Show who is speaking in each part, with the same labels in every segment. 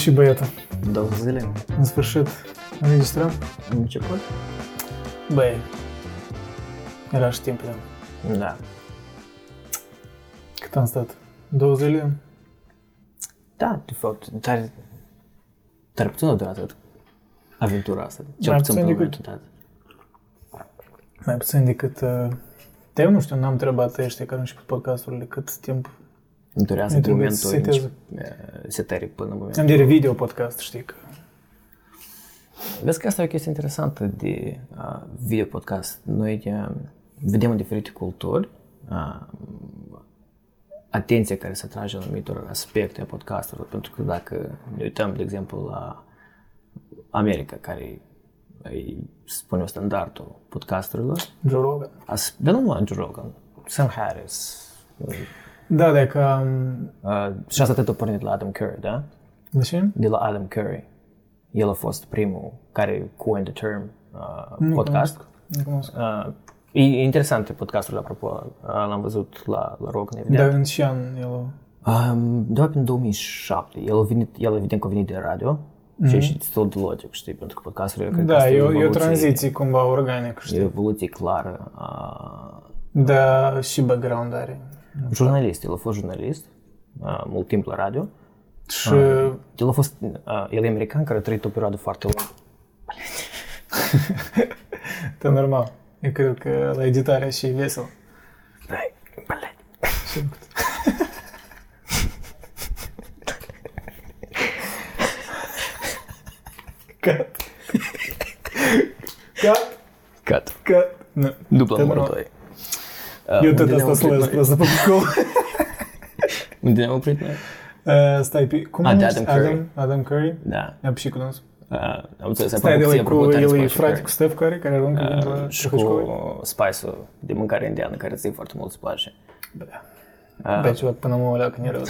Speaker 1: și băiatul.
Speaker 2: Două zile?
Speaker 1: În sfârșit, înregistrăm?
Speaker 2: Am început?
Speaker 1: Băi, era și timp de
Speaker 2: Da.
Speaker 1: Cât am stat? Două zile?
Speaker 2: Da, de fapt, dar... Dar puțin a durat atât. Aventura asta. Cel
Speaker 1: Mai
Speaker 2: puțin pe
Speaker 1: puțin decât-
Speaker 2: momentul dat.
Speaker 1: Mai puțin decât... Uh, te nu știu, n-am întrebat ăștia care au început podcasturile cât timp...
Speaker 2: Durează
Speaker 1: Nu
Speaker 2: de
Speaker 1: trebuie să
Speaker 2: momentul
Speaker 1: seteze.
Speaker 2: înce- setării până în momentul.
Speaker 1: Am de video podcast, știi că...
Speaker 2: Vezi că asta e o chestie interesantă de uh, video podcast. Noi uh, vedem în diferite culturi uh, atenția care se atrage în anumitor aspecte a podcasturilor, pentru că dacă ne uităm, de exemplu, la America, care îi spune standardul podcasturilor,
Speaker 1: Joe Rogan.
Speaker 2: as- dar nu numai Joe Rogan, Sam Harris,
Speaker 1: Da, de că... am-
Speaker 2: uh, și asta tot a pornit la Adam Curry, da?
Speaker 1: De ce?
Speaker 2: de la Adam Curry. El a fost primul care coined the term uh, podcast.
Speaker 1: Nu cunosc.
Speaker 2: Uh, e interesant podcastul, apropo, uh, l-am văzut la, la Rogan, evident.
Speaker 1: Dar Da, în ce an el...
Speaker 2: Um, doar prin 2007. El, a venit, el evident că a venit de radio mm-hmm. și e și destul de logic, știi, pentru că podcasturile... cred că
Speaker 1: Da,
Speaker 2: asta
Speaker 1: e o, e o
Speaker 2: evoluție-
Speaker 1: tranziție cumva organică, știi?
Speaker 2: E o evoluție clară a
Speaker 1: Da, și background are.
Speaker 2: jurnalist. El a fost jurnalist uh, mult timp la radio.
Speaker 1: Și...
Speaker 2: El a fost... Uh, el e american care a trăit o perioadă foarte lungă.
Speaker 1: Te normal. Eu cred că la editare și e vesel. Cut. Cut.
Speaker 2: Cut.
Speaker 1: Cut. Nu.
Speaker 2: Dupla
Speaker 1: Te
Speaker 2: numărul
Speaker 1: rog.
Speaker 2: 2. А,
Speaker 1: Eu tot asta slăz, просто pe Google.
Speaker 2: Unde ne-am oprit noi?
Speaker 1: Uh, Stai, pe- cum
Speaker 2: Ah,
Speaker 1: îl
Speaker 2: de
Speaker 1: numește?
Speaker 2: Adam Curry.
Speaker 1: Adam, Adam Curry.
Speaker 2: Da.
Speaker 1: Ne-am și cunosc.
Speaker 2: Uh, am înțeles,
Speaker 1: Stai de
Speaker 2: apropo,
Speaker 1: la
Speaker 2: ție,
Speaker 1: cu,
Speaker 2: apropo, tare
Speaker 1: el e
Speaker 2: îți place
Speaker 1: frate cu Steph Curry, care aruncă din la
Speaker 2: Curry. Și
Speaker 1: Șohoșcoi.
Speaker 2: cu spice-ul de mâncare indiană, care ți foarte mult îți place.
Speaker 1: Da, ciudat, până mă alea când era.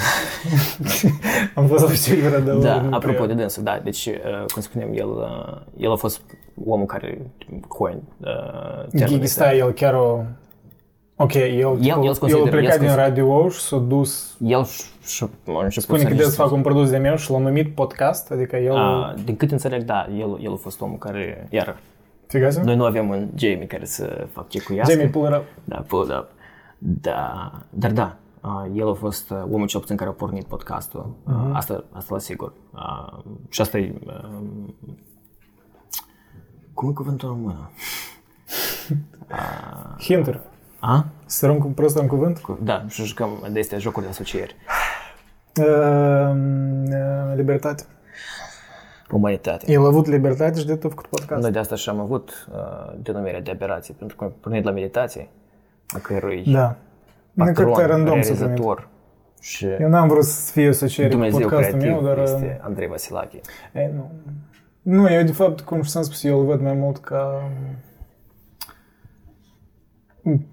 Speaker 1: Am fost la Silvera de
Speaker 2: Da, apropo de dânsul, da, deci, uh, cum spuneam, el, uh, el a fost omul care coin uh, termenul
Speaker 1: Gigi
Speaker 2: ăsta.
Speaker 1: stai, el chiar o... Ok, el,
Speaker 2: el
Speaker 1: el,
Speaker 2: consideră-
Speaker 1: a
Speaker 2: el
Speaker 1: plecat din
Speaker 2: consideră-
Speaker 1: radio și s-a dus...
Speaker 2: El și- și a
Speaker 1: Spune
Speaker 2: început să
Speaker 1: că trebuie să
Speaker 2: înregistreze.
Speaker 1: fac un produs de meu și l-a numit podcast, adică el... Uh,
Speaker 2: Uh, Din cât înțeleg, da, el, el a fost omul care, iar,
Speaker 1: Figați?
Speaker 2: noi nu avem un Jamie care să fac ce cu ea.
Speaker 1: Jamie Pullera.
Speaker 2: Da, pulled up. Da, dar da, uh, el a fost uh, omul cel puțin care a pornit podcastul. Uh,
Speaker 1: Mhm.
Speaker 2: Asta, asta la sigur. Uh, Și asta e... uh, Cum e cuvântul în română?
Speaker 1: Hinter.
Speaker 2: A?
Speaker 1: Să răm cu prost în cuvânt.
Speaker 2: Cu- Da, și jucăm de astea jocuri de asocieri.
Speaker 1: Uh, uh, libertate.
Speaker 2: Umanitate.
Speaker 1: El a avut libertate și de tot a făcut podcast.
Speaker 2: Noi de asta și am avut uh, denumirea de aberație, pentru că am pornit la meditație, a cărui
Speaker 1: Da. Nu cred că
Speaker 2: patron,
Speaker 1: e random să numim.
Speaker 2: realizator și
Speaker 1: Eu n-am vrut să fie o asociere cu
Speaker 2: Dumnezeu
Speaker 1: podcastul meu,
Speaker 2: creativ
Speaker 1: dar... uh,
Speaker 2: este Andrei Vasilache.
Speaker 1: Ei, nu. Nu, eu de fapt, cum și ți-am spus, eu îl văd mai mult ca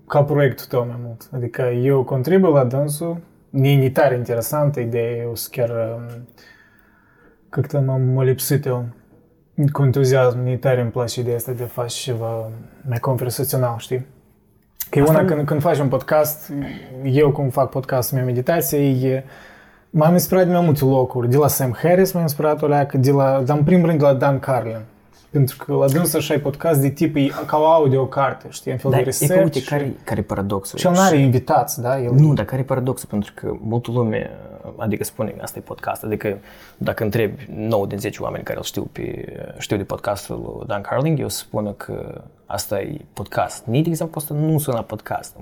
Speaker 1: ca proiectul tău mai mult. Adică eu contribuie la dânsul, e tare interesantă ideea, eu sunt chiar um, că cât m-am mă lipsit eu cu entuziasm, e tare îmi place ideea asta de a face ceva mai conversațional, știi? Că e una când, când faci un podcast, eu cum fac podcastul meu meditație, e, M-am inspirat din mai multe locuri. De la Sam Harris m-am inspirat o leacă, de la, dar în primul rând de la Dan Carlin. Pentru că la dânsul așa e podcast de tip, e ca o audio carte, știi, în fel
Speaker 2: Da,
Speaker 1: de
Speaker 2: e că
Speaker 1: research.
Speaker 2: uite, care, care e paradoxul?
Speaker 1: Și el n-are invitați, da? El...
Speaker 2: Nu, dar care e paradoxul? Pentru că multă lume, adică spune, asta e podcast, adică dacă întrebi 9 din 10 oameni care îl știu, pe, știu de podcastul lui Dan Carling, eu spun că asta e podcast. Nici, de exemplu, asta nu sună podcast.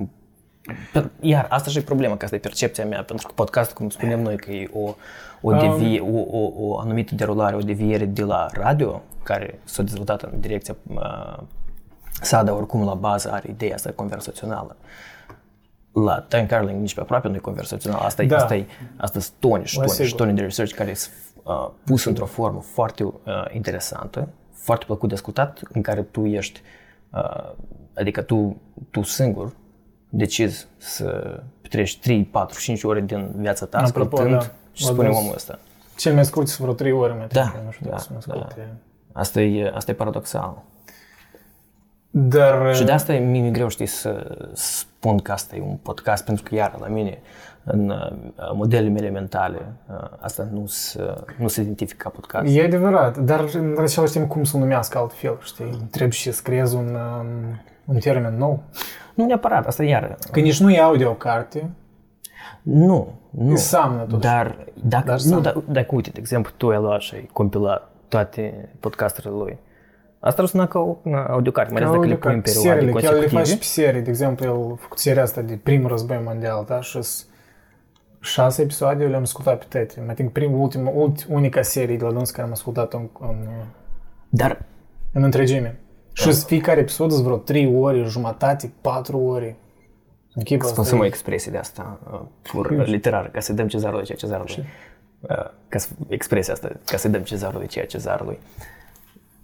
Speaker 2: Pe- Iar asta și e problema, că asta e percepția mea, pentru că podcastul, cum spunem noi, că e o, o, devie, o, o, o anumită derulare, o deviere de la radio, care s-a dezvoltat în direcția uh, sa, dar oricum la bază are ideea asta conversațională la Dan Carlin nici pe aproape nu e conversațional. Asta da.
Speaker 1: Da.
Speaker 2: asta e asta sunt toni și
Speaker 1: La
Speaker 2: toni și
Speaker 1: sigur.
Speaker 2: toni de research care sunt uh, pus într-o formă foarte uh, interesantă, foarte plăcut de ascultat, în care tu ești, uh, adică tu, tu singur decizi să petreci 3, 4, 5 ore din viața ta
Speaker 1: Apropo,
Speaker 2: ascultând
Speaker 1: da.
Speaker 2: și
Speaker 1: M-a
Speaker 2: spune
Speaker 1: dus.
Speaker 2: omul ăsta.
Speaker 1: Cel mai scurt sunt vreo 3 ore, mai
Speaker 2: Da,
Speaker 1: trebuie, nu știu,
Speaker 2: da,
Speaker 1: să mă asculte.
Speaker 2: Asta e, asta e paradoxal.
Speaker 1: Dar... э,
Speaker 2: Și de asta e mi mi greu, știi, să spun că asta e un podcast, pentru că, iar la mine, în uh, modele mele mentale. Uh, Asta nu, se- nu se identifică ca podcast.
Speaker 1: E adevărat, dar în același timp cum să o numească altfel, știi? Trebuie să creezi un, um, un termen nou.
Speaker 2: Nu neapărat, asta iară.
Speaker 1: Că nici nu e audiocarte,
Speaker 2: Nu, nu.
Speaker 1: înseamnă totuși.
Speaker 2: Dar dacă,
Speaker 1: Dar
Speaker 2: dar
Speaker 1: sau-
Speaker 2: nu, dacă, dacă uite, de exemplu, tu ai luat și ai compilat toate podcasturile lui, asta ar suna ca o ca audiocarte, mai ales dacă le pui în perioade
Speaker 1: Seriile, chiar le faci
Speaker 2: consecutive.
Speaker 1: pe serii. De exemplu, el a făcut seria asta de prim război mondial, da? Și șase episoade eu le-am ascultat pe toate. Mai think prim, ultima, ult, unica serie de la Dons care am ascultat-o în, în,
Speaker 2: Dar
Speaker 1: în întregime. Și
Speaker 2: Da.
Speaker 1: fiecare episod sunt vreo 3 ore, jumătate, 4 ore. Închipă
Speaker 2: să
Speaker 1: asta.
Speaker 2: folosim o expresie de asta, uh, pur literară, ca să dăm cezarului ceea cezarului. Uh, Ca să, expresia asta, ca să dăm cezarului ceea cezarului.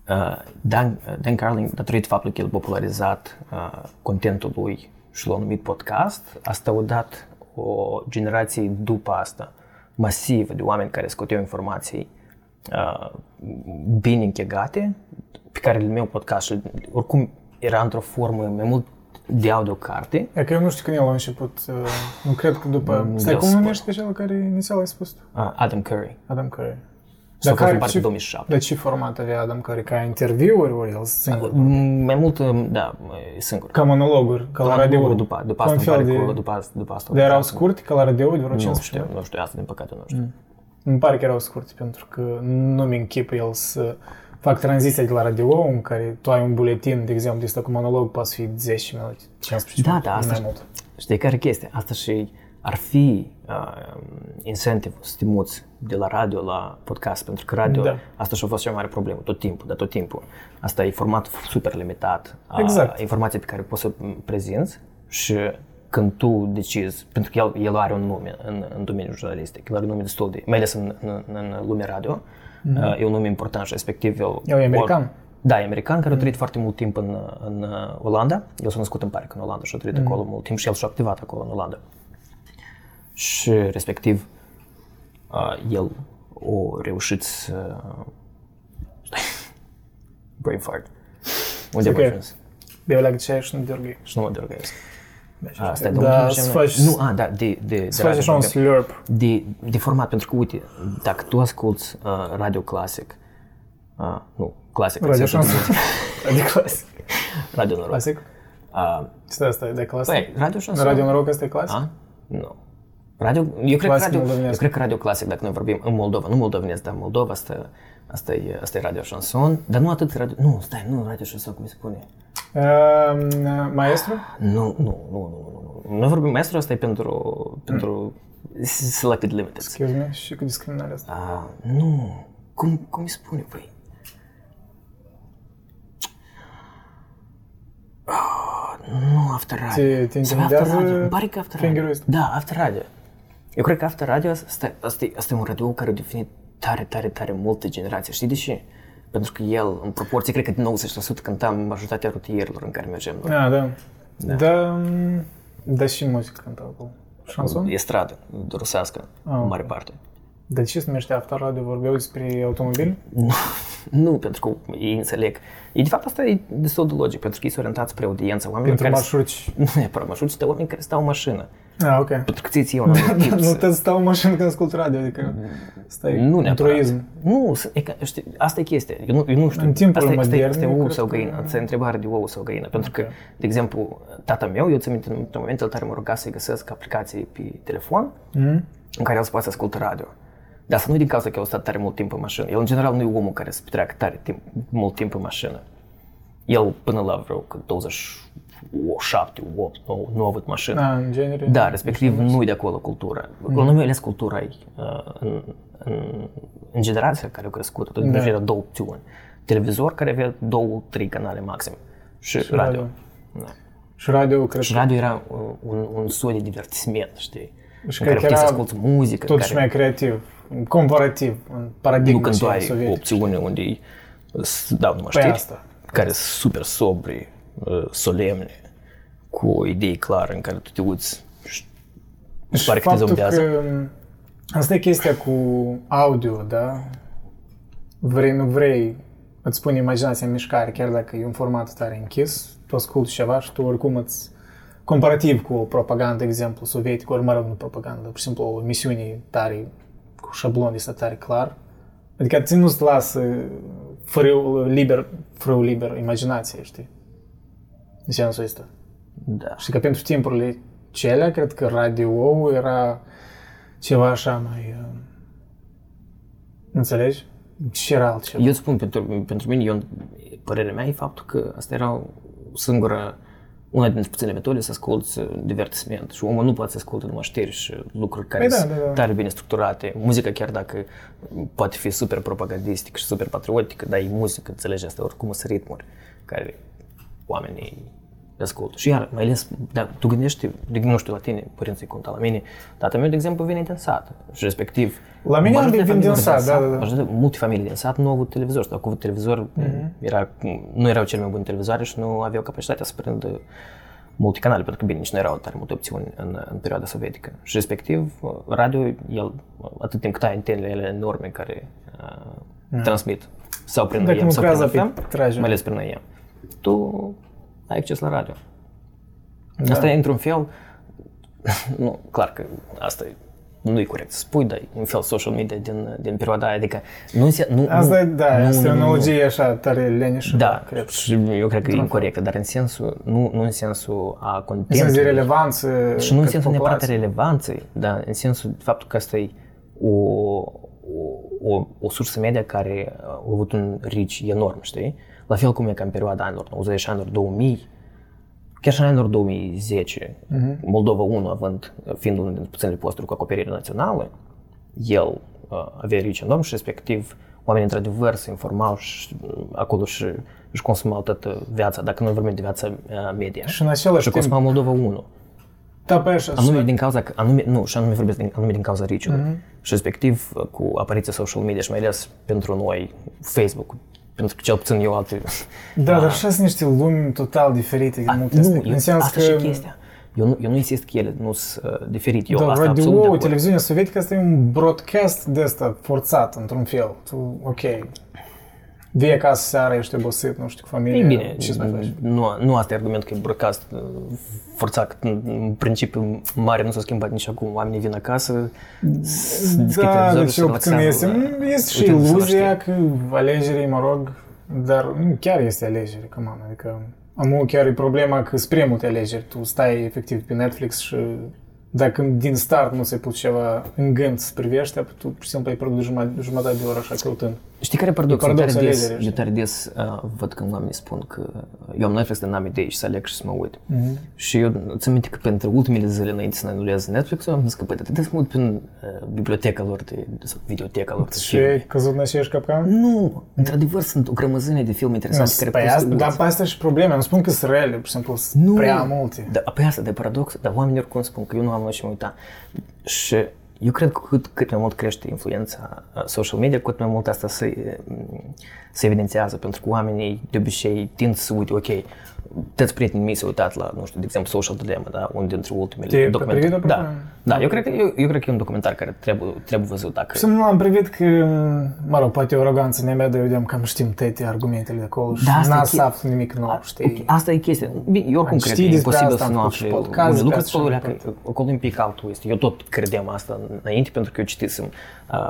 Speaker 2: Uh, Dan, Dan Carlin, datorită faptului că el a popularizat uh, contentul lui și l-a numit podcast, a stăudat o generație după asta masivă de oameni care scoteau informații uh, bine închegate, pe care le meu podcast și oricum era într-o formă mai mult de audiocarte,
Speaker 1: E că eu nu știu când el a început, uh, nu cred că după...
Speaker 2: Nu
Speaker 1: Stai,
Speaker 2: vreau
Speaker 1: cum
Speaker 2: să
Speaker 1: numește cel care inițial ai spus tu?
Speaker 2: Ah, Adam Curry.
Speaker 1: Adam Curry.
Speaker 2: S-a fost în
Speaker 1: care,
Speaker 2: parte
Speaker 1: ce,
Speaker 2: în 2007.
Speaker 1: dar ce format avea Adam Curry? Ca interviuri ori el singur?
Speaker 2: Mm, Mai mult, mm, da, e singur.
Speaker 1: Ca monologuri, ca la radio.
Speaker 2: Da, După, după
Speaker 1: Ca
Speaker 2: asta,
Speaker 1: un
Speaker 2: îmi pare
Speaker 1: fel
Speaker 2: că-
Speaker 1: de...
Speaker 2: după asta, după asta.
Speaker 1: Dar erau scurte, ca la radio, de vreo
Speaker 2: Nu
Speaker 1: 15
Speaker 2: știu, nu știu, asta din păcate nu știu.
Speaker 1: Îmi pare că erau scurte, pentru că nu mi închip el să fac tranziția de la radio, în care tu ai un buletin, de exemplu, de ăsta cu monolog, poate fi 10 minute, 15
Speaker 2: Da,
Speaker 1: minute,
Speaker 2: da,
Speaker 1: nu
Speaker 2: asta-
Speaker 1: mai mult.
Speaker 2: Știi care chestie? Asta și ar fi uh, incentiv, stimuț de la radio la podcast, pentru că radio,
Speaker 1: Da.
Speaker 2: asta și-a fost cea mai mare problemă, tot timpul, dar tot timpul. Asta e format super limitat. a
Speaker 1: Exact.
Speaker 2: Informația pe care poți să o prezinți și când tu decizi, pentru că el, el are un nume în, în domeniul jurnalistic, el are un nume destul de, mai ales în, în, în lumea radio,
Speaker 1: Mhm.
Speaker 2: mm-hmm. e un nume important și respectiv el...
Speaker 1: El e american. Mm.
Speaker 2: Da, e american care a trăit foarte mult timp în, în uh, Olanda. El s-a născut în parc în Olanda și a
Speaker 1: Mm.
Speaker 2: trăit acolo mult timp și el s-a activat acolo în Olanda. Și respectiv uh, el o reușit să... Brain fart. Unde am
Speaker 1: ok.
Speaker 2: ajuns?
Speaker 1: Beoleac ce ai și nu derghi.
Speaker 2: Și nu mă dergăiesc. Asta e
Speaker 1: Da,
Speaker 2: domnul
Speaker 1: să
Speaker 2: Gemne.
Speaker 1: faci,
Speaker 2: Nu, a, da, de... de, de
Speaker 1: să faci
Speaker 2: radio
Speaker 1: așa un
Speaker 2: vorbeam
Speaker 1: slurp.
Speaker 2: de, de format, pentru că, uite, dacă tu asculti uh, radio clasic, uh, nu, clasic,
Speaker 1: Radio
Speaker 2: înseamnă
Speaker 1: șansă. Adică clasic.
Speaker 2: radio noroc.
Speaker 1: Clasic?
Speaker 2: Uh,
Speaker 1: Asta, asta e de clasic.
Speaker 2: păi, radio șansă.
Speaker 1: Radio Noroc, asta e clasic?
Speaker 2: A? Nu. Radio, eu, cred că
Speaker 1: Clasic
Speaker 2: radio, eu
Speaker 1: moldovenesc.
Speaker 2: cred că radio clasic, dacă noi vorbim în Moldova, nu moldovenesc, dar Moldova, asta, asta, e, asta e radio chanson, dar nu atât radio, nu, stai, nu radio chanson, cum se spune.
Speaker 1: Ehm, Maestru?
Speaker 2: Nu, nu, nu, nu, nu, nu. Noi vorbim, maestru, asta e pentru, pentru selected limited.
Speaker 1: Excuse me, și cu discriminarea asta.
Speaker 2: A, nu. Cum, cum îi spune, băi? Ah, Nu, After Radio.
Speaker 1: Te- te
Speaker 2: Se vede After
Speaker 1: intimidează
Speaker 2: Radio. Îmi pare că After
Speaker 1: fingerul
Speaker 2: Radio.
Speaker 1: ăsta?
Speaker 2: Da, After Radio. Eu cred că After Radio asta, asta, e- asta e un radio care a definit tare, tare, tare multe generații. Știi de ce? Pentru că el, în proporție, cred că 90% cântam majoritatea rutierilor în care mergem. noi.
Speaker 1: A, da. Da, m, da și muzică cântă acolo. Șanson? Ah.
Speaker 2: Estradă, rusească,
Speaker 1: А.
Speaker 2: în mare parte.
Speaker 1: De ce se numește After Radio? Vorbeau despre automobil?
Speaker 2: Nu, nu, pentru că ei înțeleg. E, de fapt, asta e destul de logic, pentru că ei sunt orientați spre audiența oamenilor
Speaker 1: Pentru
Speaker 2: care...
Speaker 1: marșurci.
Speaker 2: Nu neapărat mașuri, ci de oameni care stau în mașină.
Speaker 1: A, Ah, ok.
Speaker 2: Pentru că ți-ți un anumit tip
Speaker 1: Nu
Speaker 2: să-
Speaker 1: te stau în mașină când ascult radio, adică stai
Speaker 2: Nu
Speaker 1: un
Speaker 2: neapărat.
Speaker 1: truism.
Speaker 2: Nu, s- e ca, știi, asta e chestia. Eu nu, eu nu știu.
Speaker 1: În timpul
Speaker 2: asta, e- asta, e-
Speaker 1: modern,
Speaker 2: asta e
Speaker 1: eu
Speaker 2: ou
Speaker 1: cred
Speaker 2: sau
Speaker 1: că-
Speaker 2: găină. Asta e întrebare de ou sau găină. Pentru că, de exemplu, tata meu, eu țin minte în un moment, el tare mă ruga să găsesc aplicații pe telefon
Speaker 1: Hmm?
Speaker 2: în care el să poată să asculte radio. Dar asta nu e din cauza că eu a stat tare mult timp în mașină. El, în general, nu e omul care să petreacă tare timp, mult timp în mașină. El, până la vreo că 27, 8, 9, nu a avut mașină.
Speaker 1: Da, în genere.
Speaker 2: Da, respectiv nu e de acolo cultura. Mm. Nu mi-a ales cultura ei, uh, în, în, în generația care a crescut, atunci da. era două opțiuni. Televizor care avea două, trei canale maxim și, și radio.
Speaker 1: radio. Da.
Speaker 2: radio.
Speaker 1: Și radio, cred
Speaker 2: Și
Speaker 1: că
Speaker 2: radio era uh, un, un soi de divertisment, știi?
Speaker 1: Și
Speaker 2: Și
Speaker 1: cred
Speaker 2: în care
Speaker 1: că
Speaker 2: puteai
Speaker 1: era
Speaker 2: să asculti muzică, în
Speaker 1: totuși
Speaker 2: care
Speaker 1: mai creativ, comparativ, în paradigma
Speaker 2: nu când tu
Speaker 1: aceea
Speaker 2: ai
Speaker 1: sovietică.
Speaker 2: opțiune unde îi s- dau numai
Speaker 1: Păi
Speaker 2: știri,
Speaker 1: asta.
Speaker 2: care sunt super sobri, uh, solemne, cu o idee clară în care tu te uiți și
Speaker 1: Și
Speaker 2: pare că te
Speaker 1: faptul
Speaker 2: zombează.
Speaker 1: că- um, Asta e chestia cu audio, da? Vrei, nu vrei, îți pune imaginația în mișcare, chiar dacă e un format tare închis, tu asculti ceva și tu oricum îți comparativ cu propaganda, de exemplu, sovietică, ori, mă rog, nu propaganda, pur și simplu o misiune tare, cu șablon este tare clar. Adică ți nu-ți lasă frâul liber, frâul liber imaginație, știi? În sensul ăsta.
Speaker 2: Da.
Speaker 1: Și că pentru timpurile celea, cred că radio era ceva așa mai... uh, Înțelegi? Și era altceva.
Speaker 2: Eu îți spun, pentru, pentru mine, eu, părerea mea e faptul că asta era o singură, una dintre puține metode să asculți uh, divertisment și omul nu poate să asculte numai știri și lucruri care
Speaker 1: Păi da,
Speaker 2: sunt
Speaker 1: da, da.
Speaker 2: tare bine structurate. Muzica, chiar dacă poate fi super propagandistică și super patriotică, dar e muzică, înțelegi asta, oricum sunt ritmuri care oamenii le ascultă. Și iar, mai ales, da, tu gândești, de, nu știu, la tine, părinții conta la mine, tata meu, de exemplu, vine din sat și respectiv...
Speaker 1: La mine
Speaker 2: majoritatea
Speaker 1: vin din
Speaker 2: familiilor
Speaker 1: sat, da, da, da.
Speaker 2: Ajută, multe familii din sat nu au avut televizor sau cu televizor
Speaker 1: Mhm.
Speaker 2: mm-hmm. era, nu erau cele mai bune televizoare și nu aveau capacitatea să prindă multe canale, pentru că bine, nici nu erau tare multe opțiuni în, în perioada sovietică. Și respectiv, radio, el, atât timp cât ai antenele ele enorme care uh, transmit sau prin
Speaker 1: Da. Dacă
Speaker 2: IM sau prin
Speaker 1: lucrează pe
Speaker 2: FM,
Speaker 1: trage.
Speaker 2: mai ales prin IM, tu ai acces la radio. Da. Asta e într-un fel, nu, clar că asta e nu e corect să spui, dar e un fel social media din, din perioada aia, adică nu înse- nu,
Speaker 1: Asta,
Speaker 2: nu,
Speaker 1: da,
Speaker 2: nu,
Speaker 1: este o
Speaker 2: nu, nu,
Speaker 1: analogie așa tare leneșă.
Speaker 2: da,
Speaker 1: cred.
Speaker 2: și eu cred că e incorrectă, dar în sensul, nu, nu în sensul a
Speaker 1: În sens de
Speaker 2: contentului,
Speaker 1: relevanță.
Speaker 2: și nu în
Speaker 1: către
Speaker 2: sensul neapărat
Speaker 1: populație.
Speaker 2: relevanței, dar în sensul de faptul că asta e o, o, o, o sursă media care a avut un reach enorm, știi? La fel cum e ca în perioada anilor 90 și anilor 2000, chiar și în anilor 2010,
Speaker 1: Mhm.
Speaker 2: uh-huh. Moldova 1, având, fiind unul dintre puținele posturi cu acoperire națională, el uh, avea reach enorm și respectiv oamenii într-adevăr se informau și uh, acolo și își consumau toată viața, dacă nu vorbim de viața uh, media.
Speaker 1: Și în același
Speaker 2: Și
Speaker 1: timp,
Speaker 2: consumau Moldova 1.
Speaker 1: da, pe așa,
Speaker 2: Anume din cauza, că- anume, nu, și anume vorbesc din, anume din cauza riciului.
Speaker 1: Mhm.
Speaker 2: Mm-hmm. Și respectiv cu apariția social media și mai ales pentru noi Facebook, pentru că cel puțin eu alte...
Speaker 1: Da, dar așa sunt niște lumi total diferite
Speaker 2: А,
Speaker 1: din multe
Speaker 2: nu,
Speaker 1: aspecte.
Speaker 2: eu,
Speaker 1: În sens
Speaker 2: asta și
Speaker 1: că
Speaker 2: chestia. Eu nu, eu nu insist că ele nu sunt uh, diferite. Eu
Speaker 1: da,
Speaker 2: asta absolut de
Speaker 1: radio,
Speaker 2: acord.
Speaker 1: televiziunea sovietică, asta e un broadcast de ăsta forțat, într-un fel. Tu, ok, vii acasă seara, ești obosit, nu știu, cu familie,
Speaker 2: E bine,
Speaker 1: ce să mai faci?
Speaker 2: nu, nu asta e argumentul că e broadcast uh, forțat, că în- în principiu mare nu s-a schimbat nici acum, oamenii vin acasă, s- deschid
Speaker 1: Da,
Speaker 2: televizorul
Speaker 1: deci
Speaker 2: și
Speaker 1: cel
Speaker 2: se
Speaker 1: puțin
Speaker 2: relaxează
Speaker 1: este,
Speaker 2: la-
Speaker 1: mm, este și
Speaker 2: uitându-se la
Speaker 1: iluzia că alegerii, mă rog, dar nu chiar este alegere, come on, adică amu chiar e problema că sunt prea multe alegeri, tu stai efectiv pe Netflix și dacă din start nu ți-ai pus ceva în gând să privești, apoi tu pur și simplu ai pierdut jumătate, jumătate de oră așa căutând.
Speaker 2: Știi care e paradoxul? Eu
Speaker 1: Paradox
Speaker 2: tare
Speaker 1: al
Speaker 2: des,
Speaker 1: alegerii,
Speaker 2: eu tare des uh, văd când oamenii spun că eu am Netflix, dar n-am idei și să aleg și să mă uit. Și eu țin minte că pentru ultimele zile înainte să ne anulez Netflix, eu am zis că păi, atât de mult prin uh, biblioteca lor de, sau videoteca lor de
Speaker 1: Și
Speaker 2: filme.
Speaker 1: ai căzut în aceeași capcană?
Speaker 2: Nu, într-adevăr sunt o grămăzime de filme interesante care
Speaker 1: Păi
Speaker 2: poți să
Speaker 1: asta,
Speaker 2: uiți.
Speaker 1: dar pe asta și problema, nu spun că sunt rele, pur și simplu sunt prea multe.
Speaker 2: Da, pe asta de paradox, dar oamenii oricum spun că eu nu am la ce mă uita. Și eu cred că cât, cât mai mult crește influența uh, social media, cu cât mai mult asta se, mm, se evidențiază, pentru că oamenii de obicei tind să uite, ok, toți prietenii mei s-au uitat la, nu știu, de exemplu, Social Dilemma, da, unul dintre ultimele
Speaker 1: Te- pe
Speaker 2: documentare.
Speaker 1: privit,
Speaker 2: Da,
Speaker 1: apropo?
Speaker 2: da, eu cred, că, eu, eu cred că e un documentar care trebuie, trebuie văzut dacă...
Speaker 1: Să nu am privit că, mă rog, poate e o aroganță ne mea, dar eu cam știm toate argumentele de acolo și
Speaker 2: Da, asta e
Speaker 1: n-a
Speaker 2: chi-
Speaker 1: să aflu nimic nou,
Speaker 2: Ok,
Speaker 1: știi?
Speaker 2: Asta e chestia. Bine, eu oricum
Speaker 1: Am
Speaker 2: cred că
Speaker 1: citit
Speaker 2: e
Speaker 1: despre
Speaker 2: imposibil
Speaker 1: asta,
Speaker 2: să nu
Speaker 1: am făcut și
Speaker 2: afli
Speaker 1: podcast
Speaker 2: unele
Speaker 1: despre
Speaker 2: lucruri
Speaker 1: asta
Speaker 2: acolo,
Speaker 1: și
Speaker 2: că acolo e un pic altul este. Eu tot credeam asta înainte, pentru că eu citisem uh,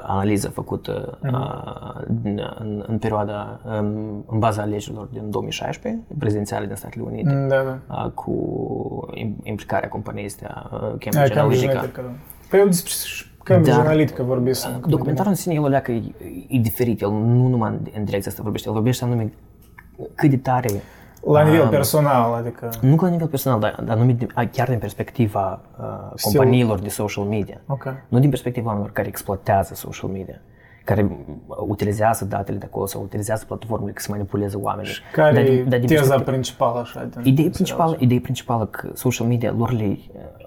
Speaker 2: analiza făcută
Speaker 1: Mhm.
Speaker 2: uh, în, în, în perioada, în, în baza alegerilor din 2016, prezidențiale din Statele Unite,
Speaker 1: Mm, Da, da.
Speaker 2: uh, cu im- implicarea companiei astea, uh,
Speaker 1: Ai
Speaker 2: Cambridge
Speaker 1: cam
Speaker 2: Analytica.
Speaker 1: jurnalitica, da. Păi eu despre Cambridge
Speaker 2: Dar-
Speaker 1: Analytica vorbesc.
Speaker 2: А, Documentarul în sine, el o leacă, e, e diferit, el nu numai în, în direcția asta vorbește, el vorbește anume cât de tare
Speaker 1: La nivel personal, adică...
Speaker 2: Nu că la nivel personal, dar dar anume din- a- chiar din perspectiva uh, companiilor de social media.
Speaker 1: Ok.
Speaker 2: Nu din perspectiva oamenilor care exploatează social media, care mm, utilizează datele de acolo sau utilizează platformele ca să manipuleze oamenii.
Speaker 1: Care e teza
Speaker 2: perspectiva-
Speaker 1: principală, așa, din...
Speaker 2: Ideea principală, ideea principală că social media lor le, uh,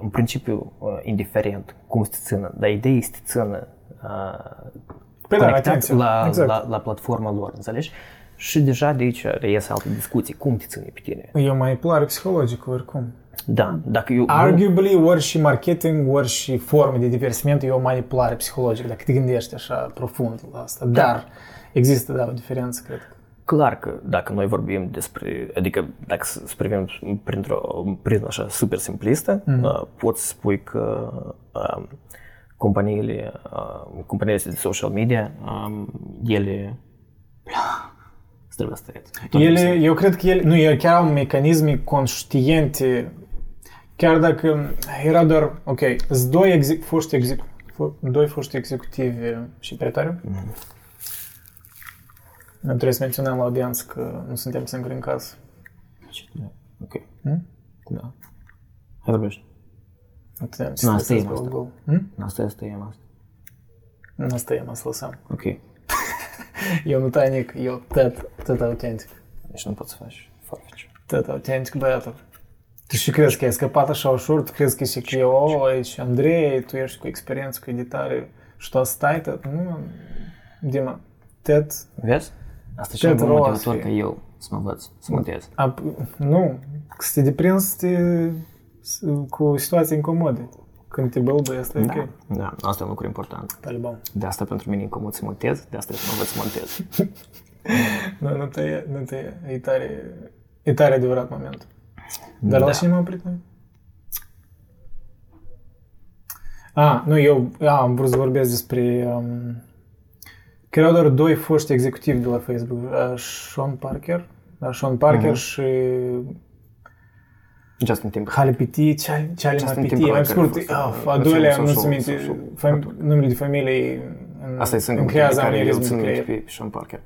Speaker 2: în principiu, uh, indiferent cum se țină, dar ideea este să țină uh,
Speaker 1: Păi da,
Speaker 2: conectați
Speaker 1: atenție.
Speaker 2: la,
Speaker 1: Exact.
Speaker 2: la, la platforma lor, înțelegi? Și deja de aici reiese alte discuții. Cum te ține pe tine?
Speaker 1: Eu manipular psihologic, oricum.
Speaker 2: Da, dacă eu...
Speaker 1: Arguably, ori și marketing, ori și forme de divertisment, e o manipulare а, psihologică, dacă te gândești așa profund la asta. Dar există, da, o diferență, cred că.
Speaker 2: clar că dacă noi vorbim despre, adică dacă să să privim printr-o prizmă așa super simplistă, mm. poți spui că um, companiile, um, companiile de social media, um, ele Îți trebuie să tăiați. Tot
Speaker 1: Ele,
Speaker 2: timpul
Speaker 1: eu cred că ele, nu, ele chiar au mecanisme conștiente, chiar dacă era doar, ok, sunt doi exec, foști exec, fo, doi foști executivi și prietari.
Speaker 2: Mm.
Speaker 1: Mm-hmm. Trebuie să menționăm la audiență că nu suntem singuri în casă.
Speaker 2: să- Da. Ok.
Speaker 1: Hmm?
Speaker 2: Da. Hai vorbești.
Speaker 1: Nu putem
Speaker 2: Nu,
Speaker 1: să
Speaker 2: asta e
Speaker 1: lăsăm
Speaker 2: asta.
Speaker 1: gol. Hmm?
Speaker 2: Asta este e asta.
Speaker 1: Nu, asta e, mă, să lăsăm.
Speaker 2: Ok.
Speaker 1: Eu nu tanic, eu tot, tot autentic.
Speaker 2: Deci nu poți să faci farfeci.
Speaker 1: Tot autentic, băiatul. Tu și crezi că ai scăpat așa ușor, tu crezi că și că eu, o, aici, Andrei, tu ești cu experiență cu editare și tu stai tot. Nu, Dima, tot,
Speaker 2: Vezi? Asta e
Speaker 1: Te
Speaker 2: cel mai
Speaker 1: trebuie să
Speaker 2: motivator
Speaker 1: fie.
Speaker 2: ca eu să mă învăț,
Speaker 1: Da.
Speaker 2: să mă tăiez.
Speaker 1: ap, nu, că să te deprinzi să te, s- cu situații incomode. Când te bălbăi, asta e
Speaker 2: Da.
Speaker 1: ok.
Speaker 2: da, asta e un lucru important.
Speaker 1: Taliban.
Speaker 2: De asta pentru mine e incomod să montez, de asta trebuie să mă învăț să montez.
Speaker 1: Nu, nu te, e- nu te, e e tare, e tare adevărat momentul. Dar la
Speaker 2: Da.
Speaker 1: cine m-am oprit noi? A, Ah, nu, eu a, am vrut să vorbesc despre... Um, că erau doar doi foști executivi de la Facebook. Uh, Sean Parker, da, Sean Parker uh-huh.
Speaker 2: Mhm.
Speaker 1: și
Speaker 2: Justin Timberlake.
Speaker 1: Halipiti, Ceali
Speaker 2: Justin
Speaker 1: Mapiti.
Speaker 2: Timberlake
Speaker 1: Mai scurt,
Speaker 2: a fost,
Speaker 1: a,
Speaker 2: uh,
Speaker 1: a doilea,
Speaker 2: național
Speaker 1: nu ți
Speaker 2: social-
Speaker 1: minte,
Speaker 2: social-
Speaker 1: fam- numele de familie în-
Speaker 2: Asta e
Speaker 1: îmi
Speaker 2: singurul pe
Speaker 1: creează
Speaker 2: care eu
Speaker 1: aneurism
Speaker 2: îl țin
Speaker 1: în
Speaker 2: minte
Speaker 1: creier.
Speaker 2: pe Sean Parker.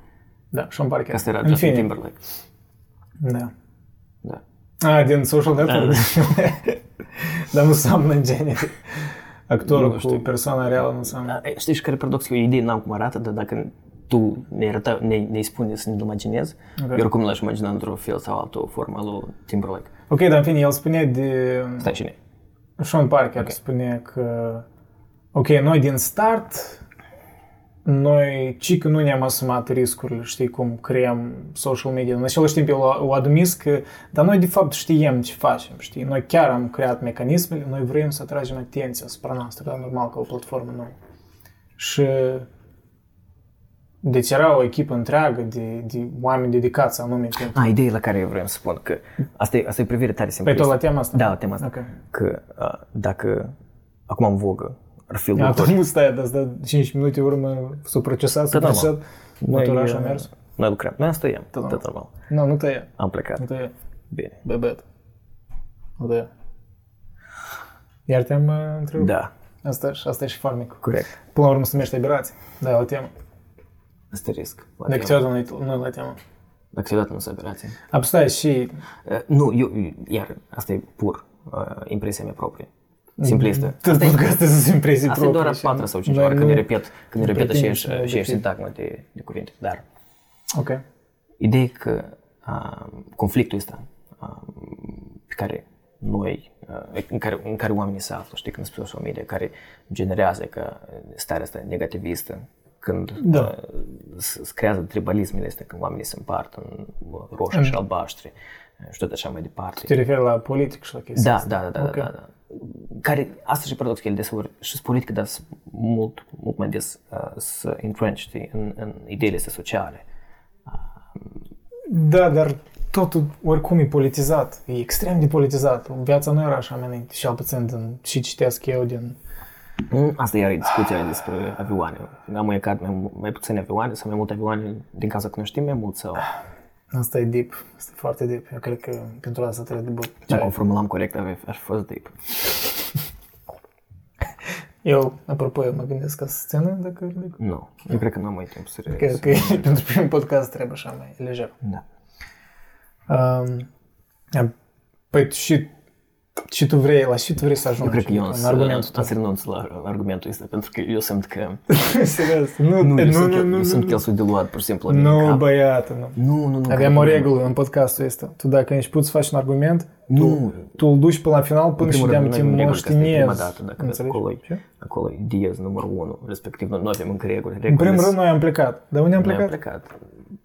Speaker 1: Da, Sean Parker.
Speaker 2: Că asta era
Speaker 1: În
Speaker 2: Justin
Speaker 1: fine,
Speaker 2: Timberlake.
Speaker 1: da.
Speaker 2: Da.
Speaker 1: A, din Social Network? Dar nu înseamnă genie. Actorul
Speaker 2: Nu
Speaker 1: cu
Speaker 2: știu.
Speaker 1: persoana reală nu înseamnă.
Speaker 2: Da, Știi și care e paradoxul? Eu idei n-am cum arată, dar dacă tu ne arăta, ne, ne spune să ne-l imaginezi, eu oricum l-aș imagina într-un fel sau altă formă lui Timberlake.
Speaker 1: Ok, dar în fine, el spunea de...
Speaker 2: Stai și ne.
Speaker 1: Sean Parker spunea că... Ok, noi din start, noi ci că nu ne-am asumat riscurile, știi cum creăm social media. În același timp, el a- o admis că... Dar noi, de fapt, știem ce facem, știi? Noi chiar am creat mecanismele, noi vrem să atragem atenția asupra noastră, dar normal că o platformă nouă. Și deci era o echipă întreagă de, de oameni dedicați anume pentru...
Speaker 2: A, ideea la care eu vreau să spun că asta e, asta e o privire tare
Speaker 1: Păi tot
Speaker 2: simplistă.
Speaker 1: la tema asta?
Speaker 2: Da, la tema asta.
Speaker 1: Ok.
Speaker 2: Că a, dacă acum în vogă ar fi
Speaker 1: A,
Speaker 2: lucruri,
Speaker 1: tu nu stai, dar stai 5 minute urmă s-o procesat, s-o
Speaker 2: Tot normal.
Speaker 1: procesat, maturaș a
Speaker 2: uh,
Speaker 1: mers.
Speaker 2: noi lucrăm. Noi asta e,
Speaker 1: normal.
Speaker 2: tot normal.
Speaker 1: Nu, nu tăia,
Speaker 2: Am plecat.
Speaker 1: nu tăia,
Speaker 2: Bine.
Speaker 1: bebet. Nu tăia. Iar te-am uh, întrebat.
Speaker 2: Da,
Speaker 1: Asta, e și- asta e și farmicul.
Speaker 2: corect.
Speaker 1: Până la urmă se numește aberație. Da, e la temă.
Speaker 2: Asta e risc. La
Speaker 1: De
Speaker 2: timp.
Speaker 1: câteodată nu e- nu e la temă.
Speaker 2: Dacă câteodată nu se operație.
Speaker 1: Apoi stai și
Speaker 2: Uh, Nu, eu, iar, asta e pur uh, impresia mea proprie. Simplistă.
Speaker 1: tot podcastul sunt impresii
Speaker 2: Asta e doar
Speaker 1: proprii
Speaker 2: a
Speaker 1: Mhm. și-
Speaker 2: patra sau cincea
Speaker 1: Noi
Speaker 2: oară când
Speaker 1: nu-
Speaker 2: ne repet, când ne repet
Speaker 1: pretindem
Speaker 2: aceeași,
Speaker 1: să ne
Speaker 2: aceeași
Speaker 1: definim.
Speaker 2: sintagmă de, de cuvinte. Dar
Speaker 1: Ok.
Speaker 2: ideea e că a, conflictul ăsta a, pe care noi, a, în, care, în care oamenii se află, știi, când spui social media, care generează că starea asta negativistă, când
Speaker 1: Da.
Speaker 2: a, se se creează tribalismele astea, când oamenii se împart în uh, roșii și albaștri uh, și tot așa mai departe.
Speaker 1: Te referi la politic și la chestii.
Speaker 2: Da, da, da, da, da, da. Care, asta și paradoxul, el deseori și sunt politică, dar sunt mult, mult mai des uh, să influenci știi, în, în ideile astea sociale.
Speaker 1: Da, dar totul oricum e politizat. E extrem de politizat. Viața nu era așa mai înainte. Și al puțin din și citesc eu din...
Speaker 2: Mm, Asta iar e discuția despre avioane. Am mai cad mai, mai puține avioane sau mai multe avioane din cauza că nu știm mai mult sau
Speaker 1: Asta e deep. Asta e foarte deep. Eu cred că pentru asta trebuie de băut.
Speaker 2: dacă o formulam corect ar fi- ar fi fost deep.
Speaker 1: Eu, apropo, eu mă gândesc ca scenă, dacă... dacă-
Speaker 2: Nu, eu cred că nu am mai timp să
Speaker 1: Cred
Speaker 2: realizez.
Speaker 1: că e- pentru primul podcast trebuie așa mai lejer.
Speaker 2: Da.
Speaker 1: Um, am- păi tu și, și tu vrei, la și tu vrei să
Speaker 2: Eu
Speaker 1: ajungi?
Speaker 2: cred că uh, eu
Speaker 1: în
Speaker 2: însă-
Speaker 1: argumentul tău.
Speaker 2: însă renunț la argumentul ăsta pentru că eu simt că
Speaker 1: Serios. Nu,
Speaker 2: nu,
Speaker 1: nu,
Speaker 2: eu
Speaker 1: nu,
Speaker 2: simt că-
Speaker 1: nu,
Speaker 2: eu simt
Speaker 1: nu.
Speaker 2: că el sunt de luat pur și simplu la mine în
Speaker 1: Nu,
Speaker 2: cap.
Speaker 1: băiatul, nu.
Speaker 2: Nu, nu, nu.
Speaker 1: Aveam o regulă în podcastul ăsta. Tu dacă începi să faci un argument,
Speaker 2: Nu,
Speaker 1: tu îl duci până la final până și
Speaker 2: primul
Speaker 1: de-am
Speaker 2: rând,
Speaker 1: te
Speaker 2: noi avem reguli, că asta e prima
Speaker 1: moștinezi.
Speaker 2: dată, dacă
Speaker 1: Înțelegi?
Speaker 2: acolo e-
Speaker 1: Ce?
Speaker 2: Acolo e diez numărul 1, respectiv noi nu avem încă reguli.
Speaker 1: În primul rând, noi am plecat. Dar unde am
Speaker 2: noi am
Speaker 1: plecat?
Speaker 2: plecat